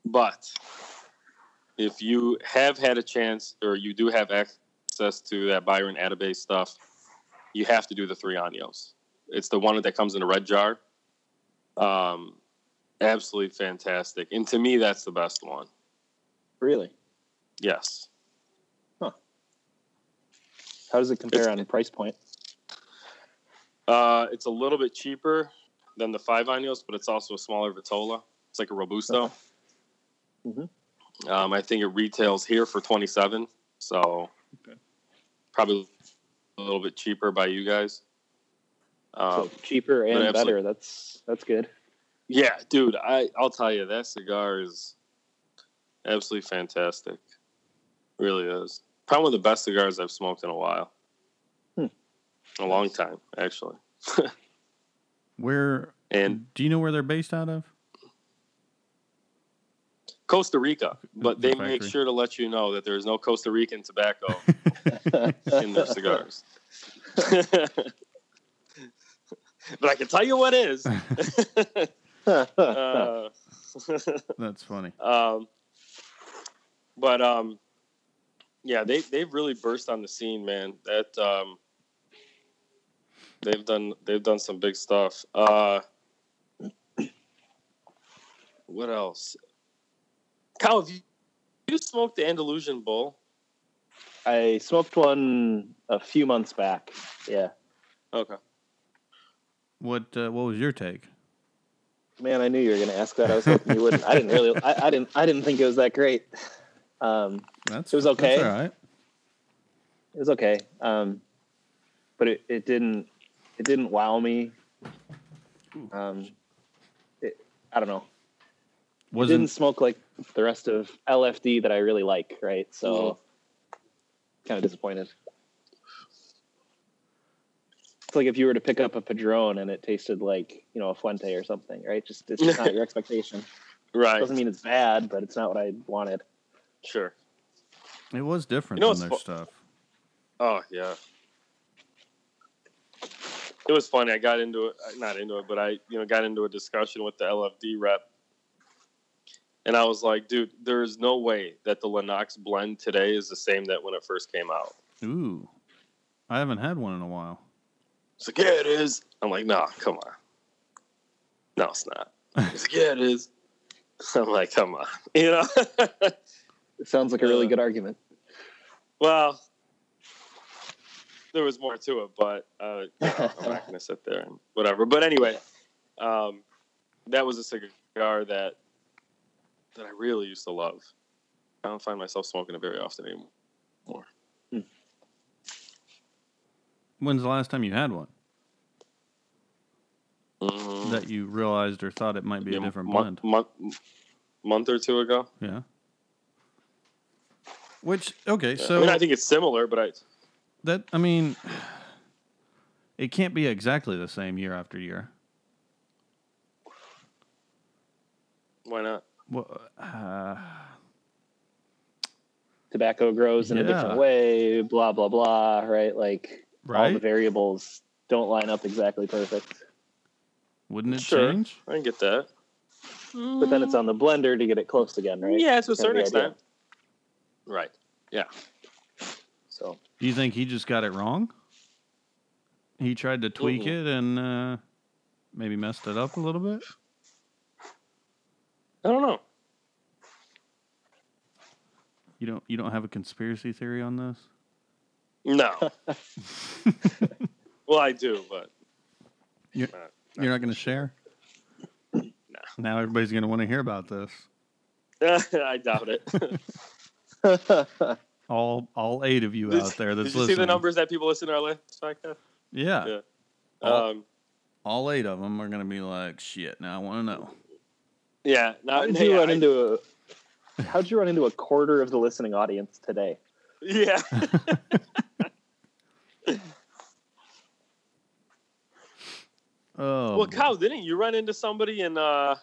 S4: But if you have had a chance, or you do have access to that Byron Atabase stuff, you have to do the three Anios. It's the one that comes in a red jar. Um, absolutely fantastic, and to me, that's the best one.
S6: Really?
S4: Yes.
S6: How does it compare
S4: It's-
S6: on price point?
S4: Uh, it's a little bit cheaper than the five años, but it's also a smaller vitola. It's like a robusto.
S6: Mhm.
S4: Um, I think it retails here for twenty seven, so probably a little bit cheaper by you guys. Um,
S6: so cheaper
S4: but
S6: and
S4: absolutely-
S6: better. That's that's good.
S4: yeah, dude, I I'll tell you that cigar is absolutely fantastic. Really is. Probably one of the best cigars I've smoked in a while.
S6: Hmm.
S4: A long time, actually.
S5: Where
S4: And
S5: do you know where they're based out of?
S4: Costa Rica, but
S5: The
S4: they make
S5: factory.
S4: sure to let you know that there is no Costa Rican tobacco in their cigars. but I can tell you what is. Uh,
S5: That's funny.
S4: um, but um, yeah, they they've really burst on the scene, man. That um, they've done they've done some big stuff. Uh, what else? Kyle, have you, you smoked the Andalusian Bull?
S6: I smoked one a few months back. Yeah,
S4: Okay.
S5: What uh, What was your take?
S6: Man, I knew you were going to ask that. I was hoping you wouldn't. I didn't really. I, I didn't. I didn't think it was that great. Um,
S5: That's
S6: It was okay.
S5: That's all right.
S6: it was okay, um, but it, it didn't. It didn't wow me. Um, it, I don't know. It didn't
S5: Wasn't
S6: smoke like the rest of LFD that I really like. Right, so kind of disappointed. It's like if you were to pick up a Padron and it tasted like you know a Fuente or something. Right, just it's just not your expectation.
S4: Right.
S6: Doesn't mean it's bad, but it's not what I wanted.
S4: Sure.
S5: it was different
S4: You know
S5: than their
S4: what's
S5: stuff.
S4: Oh yeah. It was funny. I got into it, uh, not into it, but I, you know, got into a discussion with the LFD rep, and I was like, "Dude, there is no way that the Lennox blend today is the same that when it first came out."
S5: Ooh, I haven't had one in a while.
S4: It's like, "Yeah, it is." I'm like, "Nah, come on. No, it's not." He's like, "Yeah, it is." I'm like, "Come on," you know.
S6: It sounds like a really good argument.
S4: well, there was more to it, but uh, you know, I'm not going to sit there and whatever. But anyway, um, that was a cigar that that I really used to love. I don't find myself smoking it very often anymore.
S5: When's the last time you had one
S4: Mhm.
S5: that you realized or thought it might Mm-hmm. be
S4: Yeah,
S5: a different blend?
S4: month, month, month or two ago.
S5: Yeah. Which okay,
S4: Yeah.
S5: so
S4: I mean, I think it's similar, but I
S5: that I mean, it can't be exactly the same year after year.
S4: why not?
S5: Well, uh,
S6: Tobacco grows in a
S5: Yeah.
S6: different way, blah blah blah, right? Like all the
S5: right?
S6: variables don't line up exactly perfect.
S5: Wouldn't it
S4: Sure.
S5: change?
S4: I can get that.
S6: But then it's on the blender to get it close again, right?
S4: Mm. Yeah, to a
S6: Kinda the
S4: certain
S6: idea.
S4: extent. Right.
S6: So
S5: Do you think he just got it wrong? He tried to tweak
S4: Mhm.
S5: it and uh, maybe messed it up a little bit.
S4: I don't know.
S5: You don't you don't have a conspiracy theory on this?
S4: No. well, I do, but
S5: You're-
S4: not-
S5: You're not going to share. Now everybody's going to want to hear about this.
S4: I doubt it. Did
S5: All all eight of you out there
S4: you
S5: that's
S4: see
S5: listening.
S4: the numbers that people listen to our last podcast?
S5: Yeah,
S4: Yeah.
S5: All-
S4: Um,
S5: all eight of them are going to be like, "Shit!" Now I want to know.
S4: yeah. Not,
S6: how did you
S4: yeah,
S6: run
S4: I-
S6: into a how'd you run into a quarter of the listening audience today?
S4: Yeah.
S5: Oh,
S4: Well, Kyle, didn't you run into somebody in uh,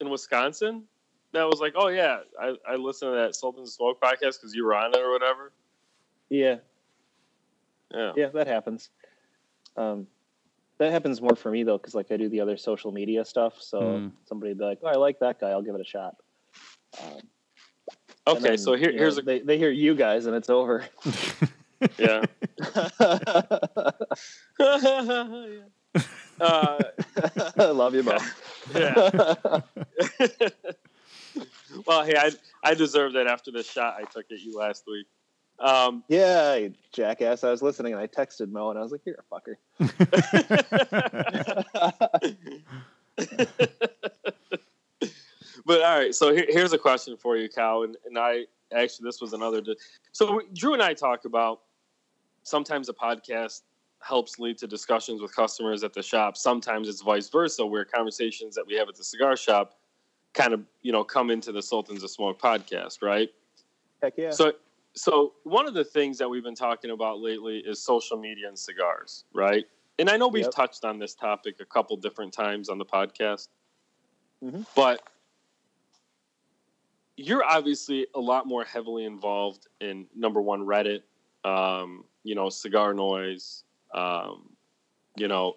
S4: in Wisconsin that was like, "Oh yeah, I, I listened to that Sultan Smoke podcast because you were on it or whatever."
S6: Yeah,
S4: Yeah.
S6: yeah, that happens. Um, that happens more for me though, because like I do the other social media stuff. So
S4: Hmm.
S5: Mm.
S6: somebody would be like, "Oh, I like that guy. I'll give it a shot." Um, and
S4: Okay,
S6: then,
S4: so here,
S6: you know,
S4: here's a
S6: they, they hear you guys and it's over.
S4: yeah. Yeah. Uh,
S6: Love you both.
S4: yeah. well, hey, I I deserve that after the shot I took at you last week. Um,
S6: yeah, you jackass. I was listening and I texted Mo and I was like, "You're a fucker."
S4: But all right, so here, here's a question for you, Cal. And, and I actually, this was another. Di- so Drew and I talk about sometimes a podcast helps lead to discussions with customers at the shop. Sometimes it's vice versa, where conversations that we have at the cigar shop kind of you know come into the Sultans of Smoke podcast, right?
S6: Heck yeah.
S4: So, so one of the things that we've been talking about lately is social media and cigars, right? And I know we've
S6: Yep.
S4: touched on this topic a couple different times on the podcast,
S6: Mhm.
S4: but you're obviously a lot more heavily involved in number one Reddit, um, you know, cigar noise, um, you know.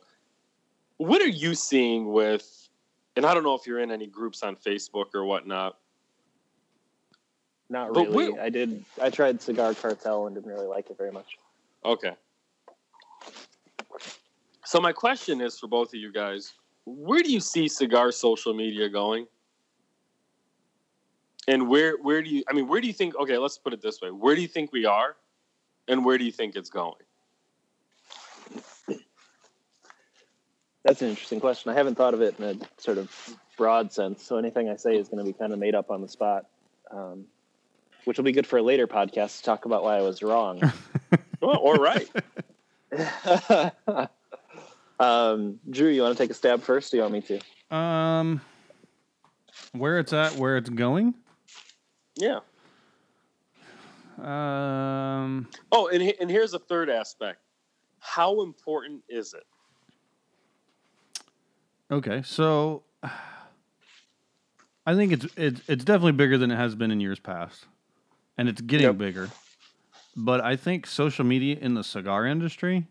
S4: What are you seeing with? And I don't know if you're in any groups on Facebook or whatnot,
S6: Not
S4: But
S6: really.
S4: we-
S6: I did. I tried Cigar Cartel and didn't really like it very much.
S4: Okay. So my question is for both of you guys: Where do you see cigar social media going? And where where do you? I mean, where do you think? Okay, let's put it this way: Where do you think we are, and where do you think it's going?
S6: That's an interesting question. I haven't thought of it in a sort of broad sense. So anything I say is going to be kind of made up on the spot, um, which will be good for a later podcast to talk about why I was wrong.
S4: Well, or right?
S6: um, Drew, you want to take a stab first? Or you want me to?
S5: um, where it's at, where it's going.
S4: yeah.
S5: Um,
S4: Oh, and he- and here's a third aspect: How important is it?
S5: Okay, so I think it's it's it's definitely bigger than it has been in years past, and it's getting
S4: Yep.
S5: bigger. But I think social media in the cigar industry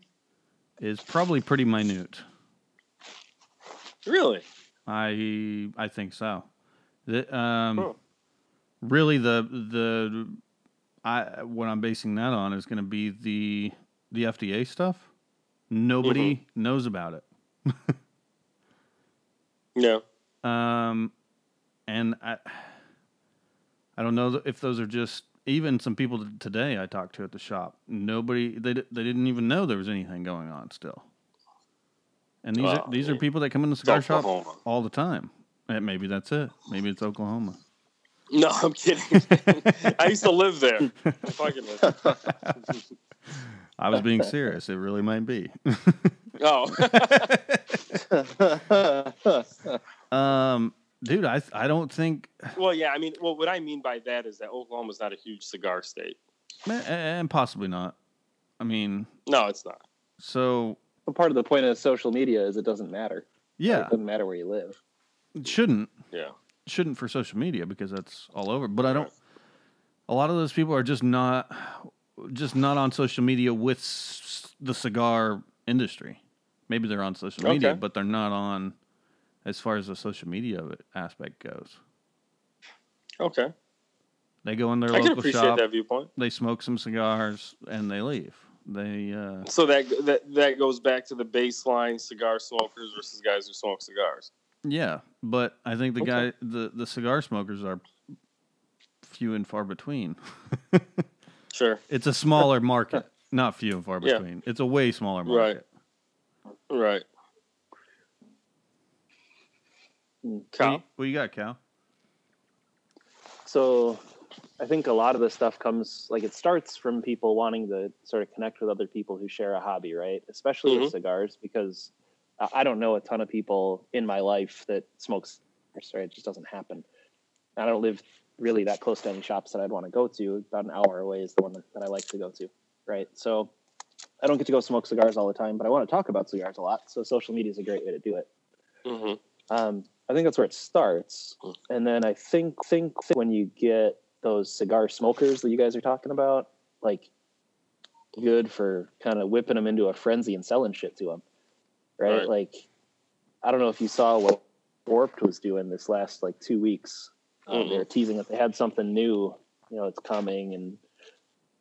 S5: is probably pretty minute.
S4: Really?
S5: I I think so. The, um,
S4: Huh.
S5: Really, the the I what I'm basing that on is going to be the the FDA stuff. Nobody knows about it.
S4: Yeah.
S5: Um, and I, I don't know th- if those are just even some people t- today I talked to at the shop. Nobody they di- they didn't even know there was anything going on still. And these
S4: Well,
S5: are, these
S4: I
S5: are
S4: mean,
S5: people that come in the
S4: It's
S5: cigar shop
S4: Oklahoma.
S5: all the time. And maybe that's it. Maybe it's Oklahoma.
S4: No, I'm kidding. I used to live there. I fucking live. there.
S5: I was being serious. It really might be.
S4: Oh,
S5: Um, dude, I I don't think
S4: well, yeah. I mean, well, what I mean by that is that Oklahoma's not a huge cigar state.
S5: man, and eh, possibly not. I mean,
S4: No, it's not.
S5: so
S6: But part of the point of social media is it doesn't matter.
S5: yeah,
S6: It doesn't matter where you live.
S5: it shouldn't
S4: Yeah.
S5: shouldn't for social media because that's all over. But I don't. A lot of those people are just not just not on social media with s- the cigar industry. Maybe they're on social media,
S4: Okay.
S5: but they're not on as far as the social media of it aspect goes.
S4: Okay.
S5: They go in their
S4: I can
S5: local
S4: appreciate
S5: shop,
S4: that viewpoint.
S5: they smoke some cigars, and they leave. They uh,
S4: So that that that goes back to the baseline cigar smokers versus guys who smoke cigars.
S5: Yeah, but I think the
S4: Okay.
S5: guy the the cigar smokers are few and far between.
S4: Sure.
S5: It's a smaller market, not few and far
S4: Yeah.
S5: between. It's a way smaller
S4: Right.
S5: market.
S4: Right.
S5: What,
S4: Cal.
S5: you, what you got, Cal?
S6: So I think a lot of this stuff comes like it starts from people wanting to sort of connect with other people who share a hobby, right? Especially with cigars, because I- I don't know a ton of people in my life that smokes. Sorry, it just doesn't happen. I don't live really that close to any shops that I'd want to go to. About an hour away is the one that, that I like to go to, right? So I don't get to go smoke cigars all the time, but I want to talk about cigars a lot. So social media is a great way to do it.
S4: hmm
S6: Um, I think that's where it starts, and then I think think when you get those cigar smokers that you guys are talking about, like good for kind of whipping them into a frenzy and selling shit to them, right?
S4: Right.
S6: Like, I don't know if you saw what Warped was doing this last like two weeks. Um, They were teasing that they had something new, you know, it's coming, and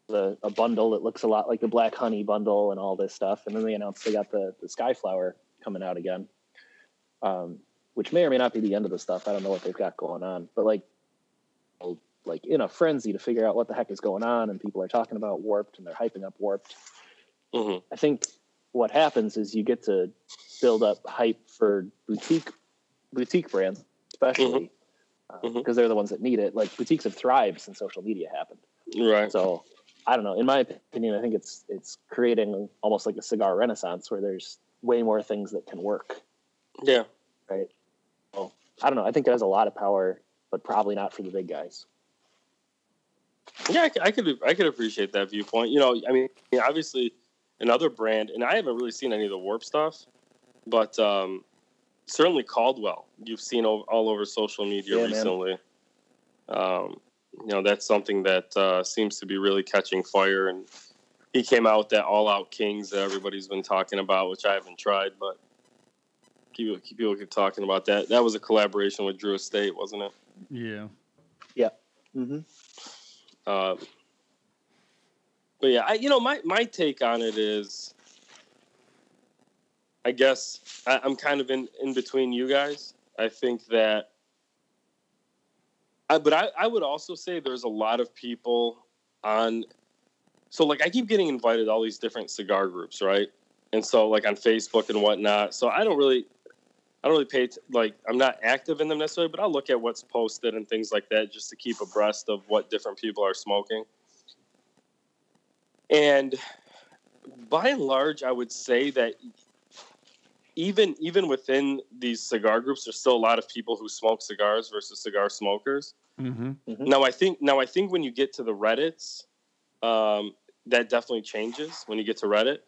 S6: the a bundle that looks a lot like the Black Honey bundle and all this stuff. And then they announced they got the the Skyflower coming out again. Um, which may or may not be the end of the stuff. I don't know what they've got going on, but like, like in a frenzy to figure out what the heck is going on, and people are talking about warped and they're hyping up warped.
S4: hmm
S6: I think what happens is you get to build up hype for boutique boutique brands,
S4: Mm-hmm.
S6: especially because
S4: Mhm.
S6: they're the ones that need it. Like boutiques have thrived since social media happened.
S4: Right.
S6: So I don't know. In my opinion, I think it's it's creating almost like a cigar renaissance where there's way more things that can work.
S4: yeah.
S6: right? So, I don't know. I think it has a lot of power, but probably not for the big guys.
S4: Yeah, I c- I could I could appreciate that viewpoint. You know, I mean, yeah, obviously, another brand, and I haven't really seen any of the Warp stuff, but um, certainly Caldwell, you've seen all, all over social media
S6: Yeah, man.
S4: recently. Um, you know, that's something that uh, seems to be really catching fire, and he came out with that All Out Kings that everybody's been talking about, which I haven't tried, but people people keep talking about that. That was a collaboration with Drew Estate, wasn't it?
S5: Yeah.
S6: Mm-hmm.
S4: Uh, but yeah, I, you know, my, my take on it is, I guess I, I'm kind of in, in between you guys. I think that, I, but I, I would also say there's a lot of people on, so like I keep getting invited to all these different cigar groups, right? And so like on Facebook and whatnot. So I don't really, I don't really pay t- like I'm not active in them necessarily, but I'll look at what's posted and things like that just to keep abreast of what different people are smoking. And by and large, I would say that even even within these cigar groups, there's still a lot of people who smoke cigars versus cigar smokers.
S5: Mm-hmm.
S4: Now I think now I think when you get to the Reddit's, um, that definitely changes when you get to Reddit.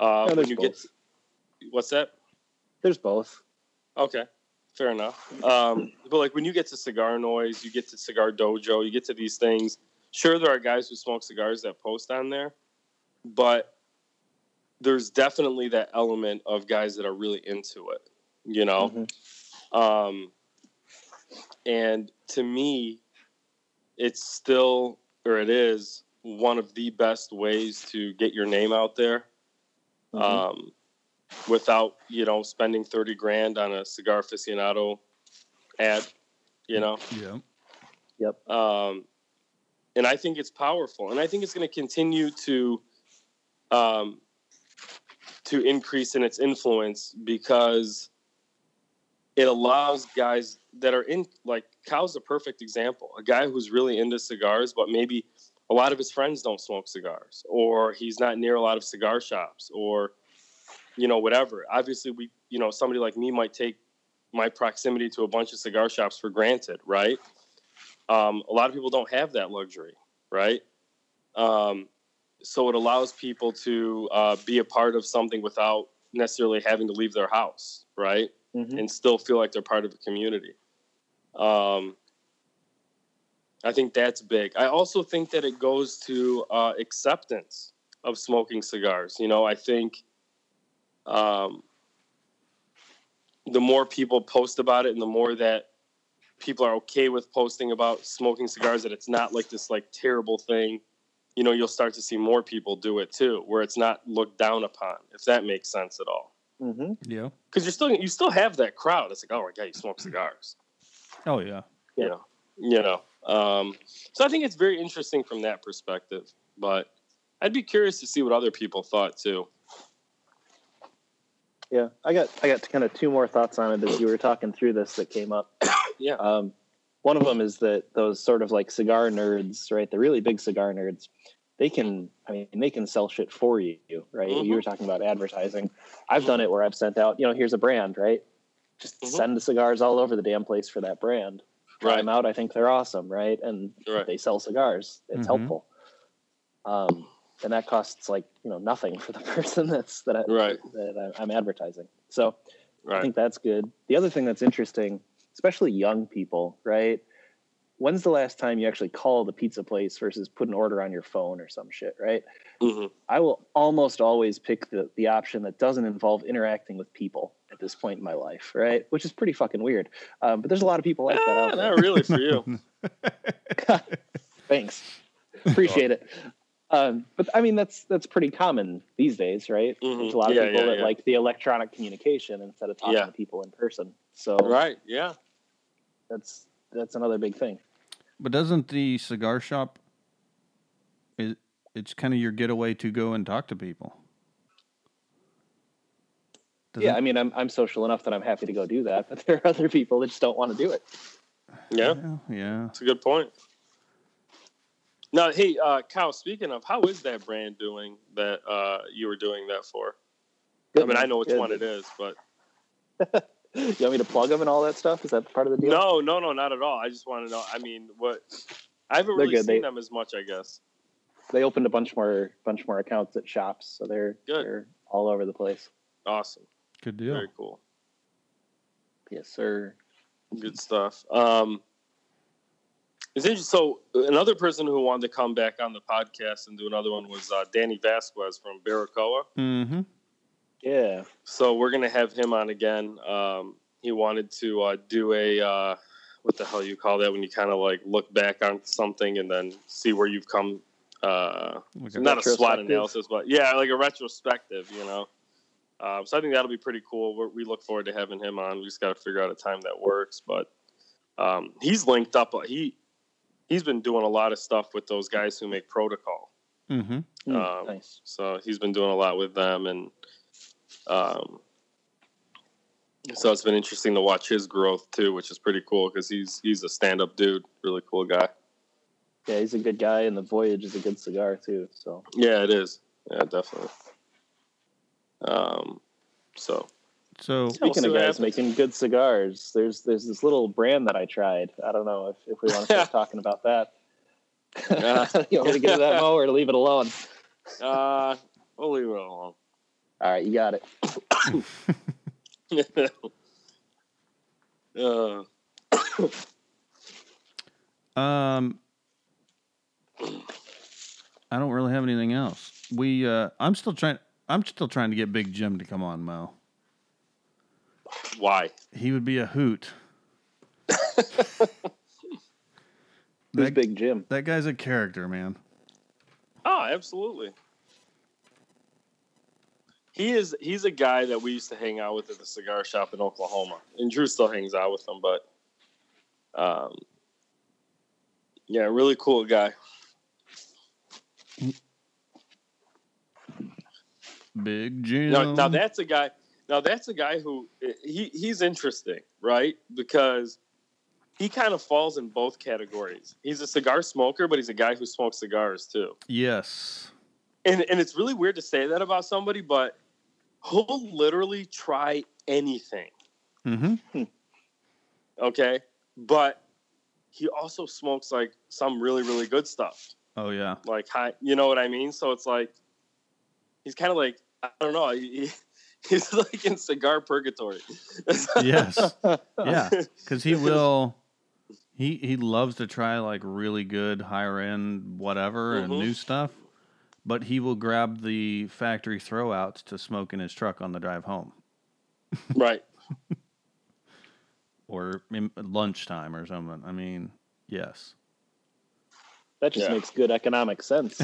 S4: Uh,
S6: Yeah,
S4: when
S6: there's
S4: you get, what's that?
S6: There's both.
S4: Okay, fair enough. Um, but like when you get to Cigar Noise, you get to Cigar Dojo, you get to these things. Sure, there are guys who smoke cigars that post on there, but there's definitely that element of guys that are really into it, you know.
S6: Mhm.
S4: Um, and to me, it's still or it is one of the best ways to get your name out there
S6: Mhm.
S4: um, without you know spending thirty grand on a cigar aficionado ad, you know.
S5: Yeah.
S6: yep.
S4: Um, and I think it's powerful, and I think it's going to continue to um, to increase in its influence because it allows guys that are in like Kyle's a perfect example. A guy who's really into cigars, but maybe a lot of his friends don't smoke cigars, or he's not near a lot of cigar shops, or you know whatever. Obviously, we you know somebody like me might take my proximity to a bunch of cigar shops for granted, right? Um, a lot of people don't have that luxury, right? Um, so it allows people to uh, be a part of something without necessarily having to leave their house, right?
S6: Mhm.
S4: and still feel like they're part of a community. Um, I think that's big. I also think that it goes to uh, acceptance of smoking cigars. You know, I think um, the more people post about it and the more that people are okay with posting about smoking cigars, that it's not like this like terrible thing. You know, you'll start to see more people do it too, where it's not looked down upon, if that makes sense at all
S6: Mhm.
S5: Yeah.
S4: because you're still you still have that crowd. It's like, oh my god, you smoke cigars,
S5: Oh yeah.
S4: you know, you know. Um, so I think it's very interesting from that perspective. But I'd be curious to see what other people thought too.
S6: Yeah, I got I got kind of two more thoughts on it as you were talking through this that came up.
S4: Yeah.
S6: Um, one of them is that those sort of like cigar nerds, right? The really big cigar nerds, they can I mean they can sell shit for you, right? You
S4: Mm-hmm.
S6: were talking about advertising. I've done it where I've sent out, you know, here's a brand, right? Just
S4: Mhm.
S6: send the cigars all over the damn place for that brand. Try them out. I think they're awesome, right? And
S4: Right.
S6: they sell cigars.
S5: Mhm.
S6: It's helpful. Um, and that costs like you know nothing for the person that's that I,
S4: Right.
S6: that I, I'm advertising. So I
S4: Right.
S6: think that's good. The other thing that's interesting, especially young people, right? When's the last time you actually called a pizza place versus put an order on your phone or some shit, right?
S4: hmm
S6: I will almost always pick the, the option that doesn't involve interacting with people at this point in my life, right? Which is pretty fucking weird. Um, but there's a lot of people like that out there.
S4: not really for you.
S6: Thanks, appreciate it. Um, but I mean, that's that's pretty common these days, right?
S4: Mhm.
S6: There's a lot of
S4: Yeah,
S6: people
S4: yeah,
S6: that
S4: yeah.
S6: like the electronic communication instead of talking
S4: Yeah.
S6: to people in person. So
S4: right. Yeah.
S6: that's that's another big thing.
S5: But doesn't the cigar shop? It, it's kind of your getaway to go and talk to people. Doesn't-
S6: yeah, I mean, I'm I'm social enough that I'm happy to go do that, but there are other people that just don't want to do it.
S4: Yeah.
S5: yeah. yeah.
S4: That's a good point. Now, hey, uh, Kyle. Speaking of, how is that brand doing that uh, you were doing that for? I mean, I know which one it is, but
S6: You want me to plug them and all that stuff? Is that part of the deal?
S4: no, no, no, not at all. I just want to know. I mean, what? I haven't
S6: They're
S4: really
S6: good.
S4: seen
S6: They-
S4: them as much, I guess.
S6: They opened a bunch more bunch more accounts at shops, so they're
S4: Good.
S6: they're all over the place.
S4: Awesome.
S5: Good deal.
S4: Very cool.
S6: Yes, sir.
S4: Good stuff. Um, it's interesting. So another person who wanted to come back on the podcast and do another one was uh, Danny Vasquez from Barracoa.
S5: Mm-hmm.
S6: Yeah.
S4: So we're gonna have him on again. Um, he wanted to uh, do a uh, what the hell you call that when you kind of like look back on something and then see where you've come. Uh, not a SWOT
S6: retrospective.
S4: analysis, but yeah, like a retrospective, you know. Um, so I think that'll be pretty cool. We're, we look forward to having him on. We just got to figure out a time that works, but um, he's linked up. He he's been doing a lot of stuff with those guys who make protocol.
S5: Mm-hmm.
S6: Hmm,
S4: Um,
S6: nice.
S4: So he's been doing a lot with them, and um, so it's been interesting to watch his growth too, which is pretty cool because he's he's a stand up dude, really cool guy.
S6: Yeah, he's a good guy, and the Voyage is a good cigar too. So
S4: Yeah, it is. Yeah, definitely. Um, so
S5: So
S4: we'll
S6: Speaking
S4: see
S6: of
S4: what
S6: guys
S4: happens.
S6: making good cigars, there's there's this little brand that I tried. I don't know if, if we want to start talking about that.
S4: Yeah.
S6: you want me to get to that mo or to leave it alone?
S4: Uh, we'll leave it alone.
S6: All right, you got it.
S4: uh,
S5: Um, I don't really have anything else. We, uh, I'm still trying. I'm still trying to get Big Jim to come on, Mo.
S4: why?
S5: He would be a hoot.
S6: Who's
S5: that,
S6: Big Jim?
S5: that guy's a character, man.
S4: Oh, absolutely. He is. He's a guy that we used to hang out with at the cigar shop in Oklahoma, and Drew still hangs out with him. But, um, yeah, really cool guy.
S5: Big Jim.
S4: Now, now that's a guy. Now that's a guy who he he's interesting, right? Because he kind of falls in both categories. He's a cigar smoker, but he's a guy who smokes cigars too.
S5: yes.
S4: And and it's really weird to say that about somebody, but he'll literally try anything.
S5: Mm-hmm.
S4: Okay, but he also smokes like some really really good stuff.
S5: Oh yeah.
S4: like high you know what i mean so it's like he's kind of like i don't know he, he's like in cigar purgatory
S5: Yes. Yeah. Because he will. He he loves to try like really good higher end whatever and
S6: Mm-hmm.
S4: Mhm.
S5: new stuff, but he will grab the factory throwouts to smoke in his truck on the drive home
S4: right
S5: or in lunchtime or something. I mean, yes.
S6: That just
S4: Yeah.
S6: makes good economic sense.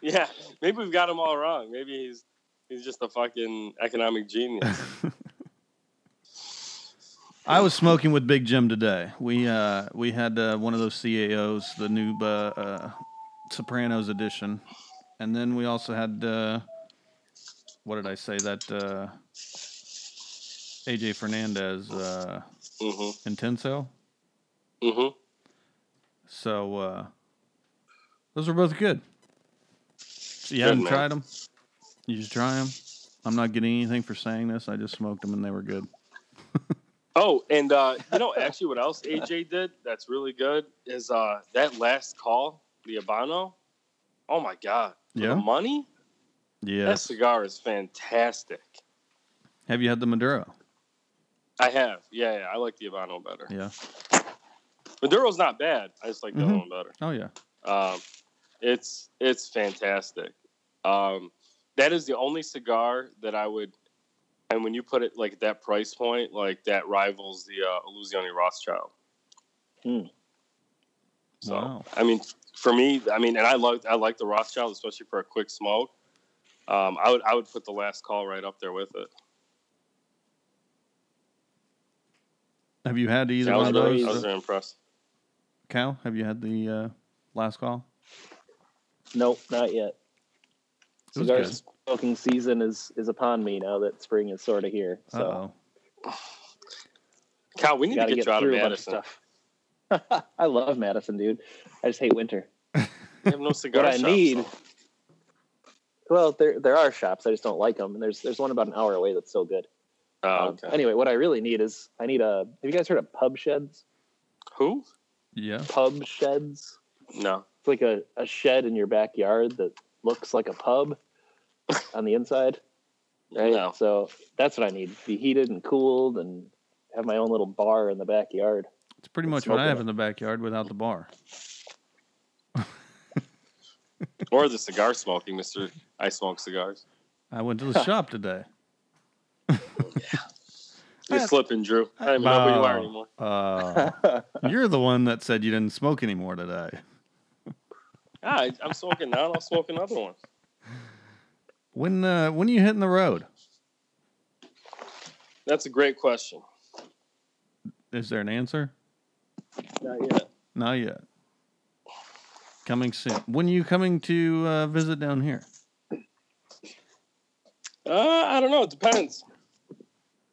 S4: yeah maybe we've got him all wrong maybe he's he's just a fucking economic genius
S5: I was smoking with Big Jim today. We uh, we had uh, one of those CAOs, the new uh, uh, Sopranos edition, and then we also had uh, what did I say that uh, AJ Fernandez uh,
S4: hmm
S5: Intenso.
S4: hmm
S5: So uh, those were both good. So you
S4: Good,
S5: haven't
S4: man.
S5: tried them? You should try them. I'm not getting anything for saying this. I just smoked them and they were good.
S4: oh and uh you know actually what else aj did that's really good is uh that last call the abano oh my god For
S5: Yeah?
S4: the money that
S5: Yes.
S4: cigar is fantastic
S5: Have you had the Maduro?
S4: i have yeah, yeah i like the abano better
S5: Yeah.
S4: Maduro's not bad. I just like that
S5: Mhm.
S4: one better.
S5: Oh yeah.
S4: Um, it's it's fantastic. Um, that is the only cigar that I would. And when you put it like at that price point, like that rivals the uh, Illusione Rothschild.
S6: Hmm.
S4: So
S5: Wow.
S4: I mean, for me, I mean, and I like I like the Rothschild, especially for a quick smoke. Um, I would I would put the last call right up there with it.
S5: Have you had either
S4: I
S5: one
S4: was
S5: of
S4: really,
S5: those?
S4: I was very impressed.
S5: Cal, have you had the uh, last call?
S6: nope, not yet.
S5: It was
S6: Cigar
S5: good.
S6: smoking season is is upon me now that spring is sort of here. So
S5: Uh-oh.
S4: Cal, we need to
S6: gotta
S4: get,
S6: get
S4: you out of
S6: through a bunch of
S4: Madison.
S6: stuff. I love Madison, dude. I just hate winter.
S4: We have no cigar
S6: I
S4: shops,
S6: need-
S4: though.
S6: Well, there there are shops. I just don't like them. And there's there's one about an hour away that's so good.
S4: Oh,
S6: Um,
S4: okay.
S6: Anyway, what I really need is I need a. Have you guys heard of pub sheds?
S4: Who?
S5: Yeah.
S6: Pub sheds.
S4: No.
S6: It's like a, a shed in your backyard that looks like a pub on the inside. Right.
S4: No.
S6: So that's what I need. Be heated and cooled and have my own little bar in the backyard.
S5: It's pretty
S6: Let's
S5: much what I
S6: smoke
S5: have
S6: it.
S5: in the backyard without the bar.
S4: Or the cigar smoking, Mister. I smoke cigars.
S5: I went to the shop today.
S4: You're
S5: Yeah.
S4: slipping, Drew. I don't even know who you are
S5: Wow.
S4: anymore.
S5: Uh, you're the one that said you didn't smoke anymore today.
S4: Yeah, Ah, I, I'm smoking now. and I'll smoke another one.
S5: When uh, when are you hitting the road?
S4: That's a great question.
S5: Is there an answer?
S4: Not yet.
S5: Not yet. Coming soon. When are you coming to uh, visit down here?
S4: Uh, I don't know. It depends.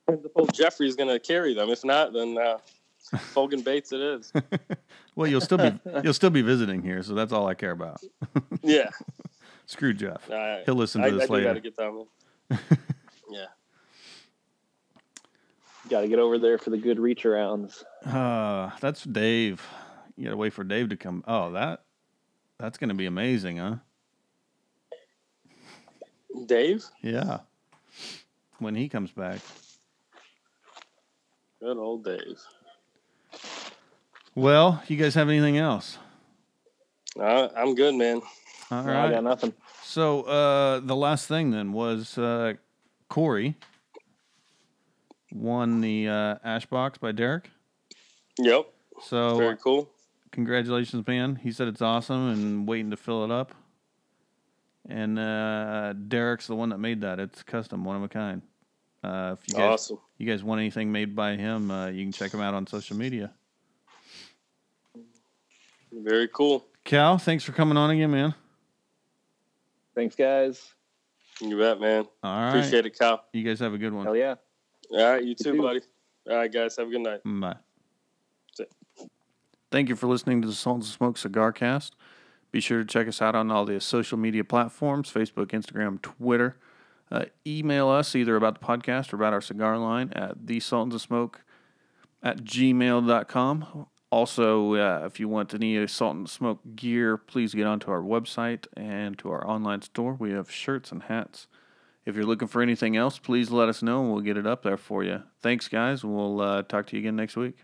S4: Depends If old Jeffrey's going to carry them. If not, then uh, Fogan Bates it is.
S5: Well, you'll still be you'll still be visiting here, so that's all I care about.
S4: Yeah.
S5: Screw Jeff.
S4: I,
S5: He'll listen
S4: I,
S5: to
S4: I do
S5: this
S4: got
S5: later.
S4: to get down there. Yeah.
S6: Got to get over there for the good reach arounds.
S5: Uh, that's Dave. You gotta wait for Dave to come. Oh, that that's gonna be amazing, huh?
S4: Dave?
S5: Yeah. When he comes back.
S4: Good old Dave.
S5: Well, you guys have anything else?
S4: Uh, I'm good, man.
S5: All
S6: No, I
S5: right.
S6: got nothing.
S5: So uh, the last thing then was uh, Corey won the uh, ash box by Derek.
S4: Yep.
S5: So
S4: Very cool.
S5: congratulations, man. He said it's awesome and waiting to fill it up. And uh, Derek's the one that made that. It's custom, one of a kind. Uh, if you guys
S4: Awesome.
S5: you guys want anything made by him, uh, you can check him out on social media.
S4: Very cool.
S5: Cal, thanks for coming on again, man.
S6: Thanks, guys.
S4: You bet, man.
S5: All right.
S4: Appreciate it, Kyle.
S5: You guys have a good one.
S6: Hell yeah.
S4: All right, you too,
S6: too.
S4: buddy. All right, guys, have a good night.
S5: Bye.
S4: That's
S5: Thank you for listening to the Salt and Smoke Cigar Cast. Be sure to check us out on all the social media platforms Facebook, Instagram, Twitter. Uh, email us either about the podcast or about our cigar line at the salt and smoke at gmail.com. Also, uh, if you want any salt and smoke gear, please get onto our website and to our online store. We have shirts and hats. If you're looking for anything else, please let us know and we'll get it up there for you. Thanks, guys. We'll uh, talk to you again next week.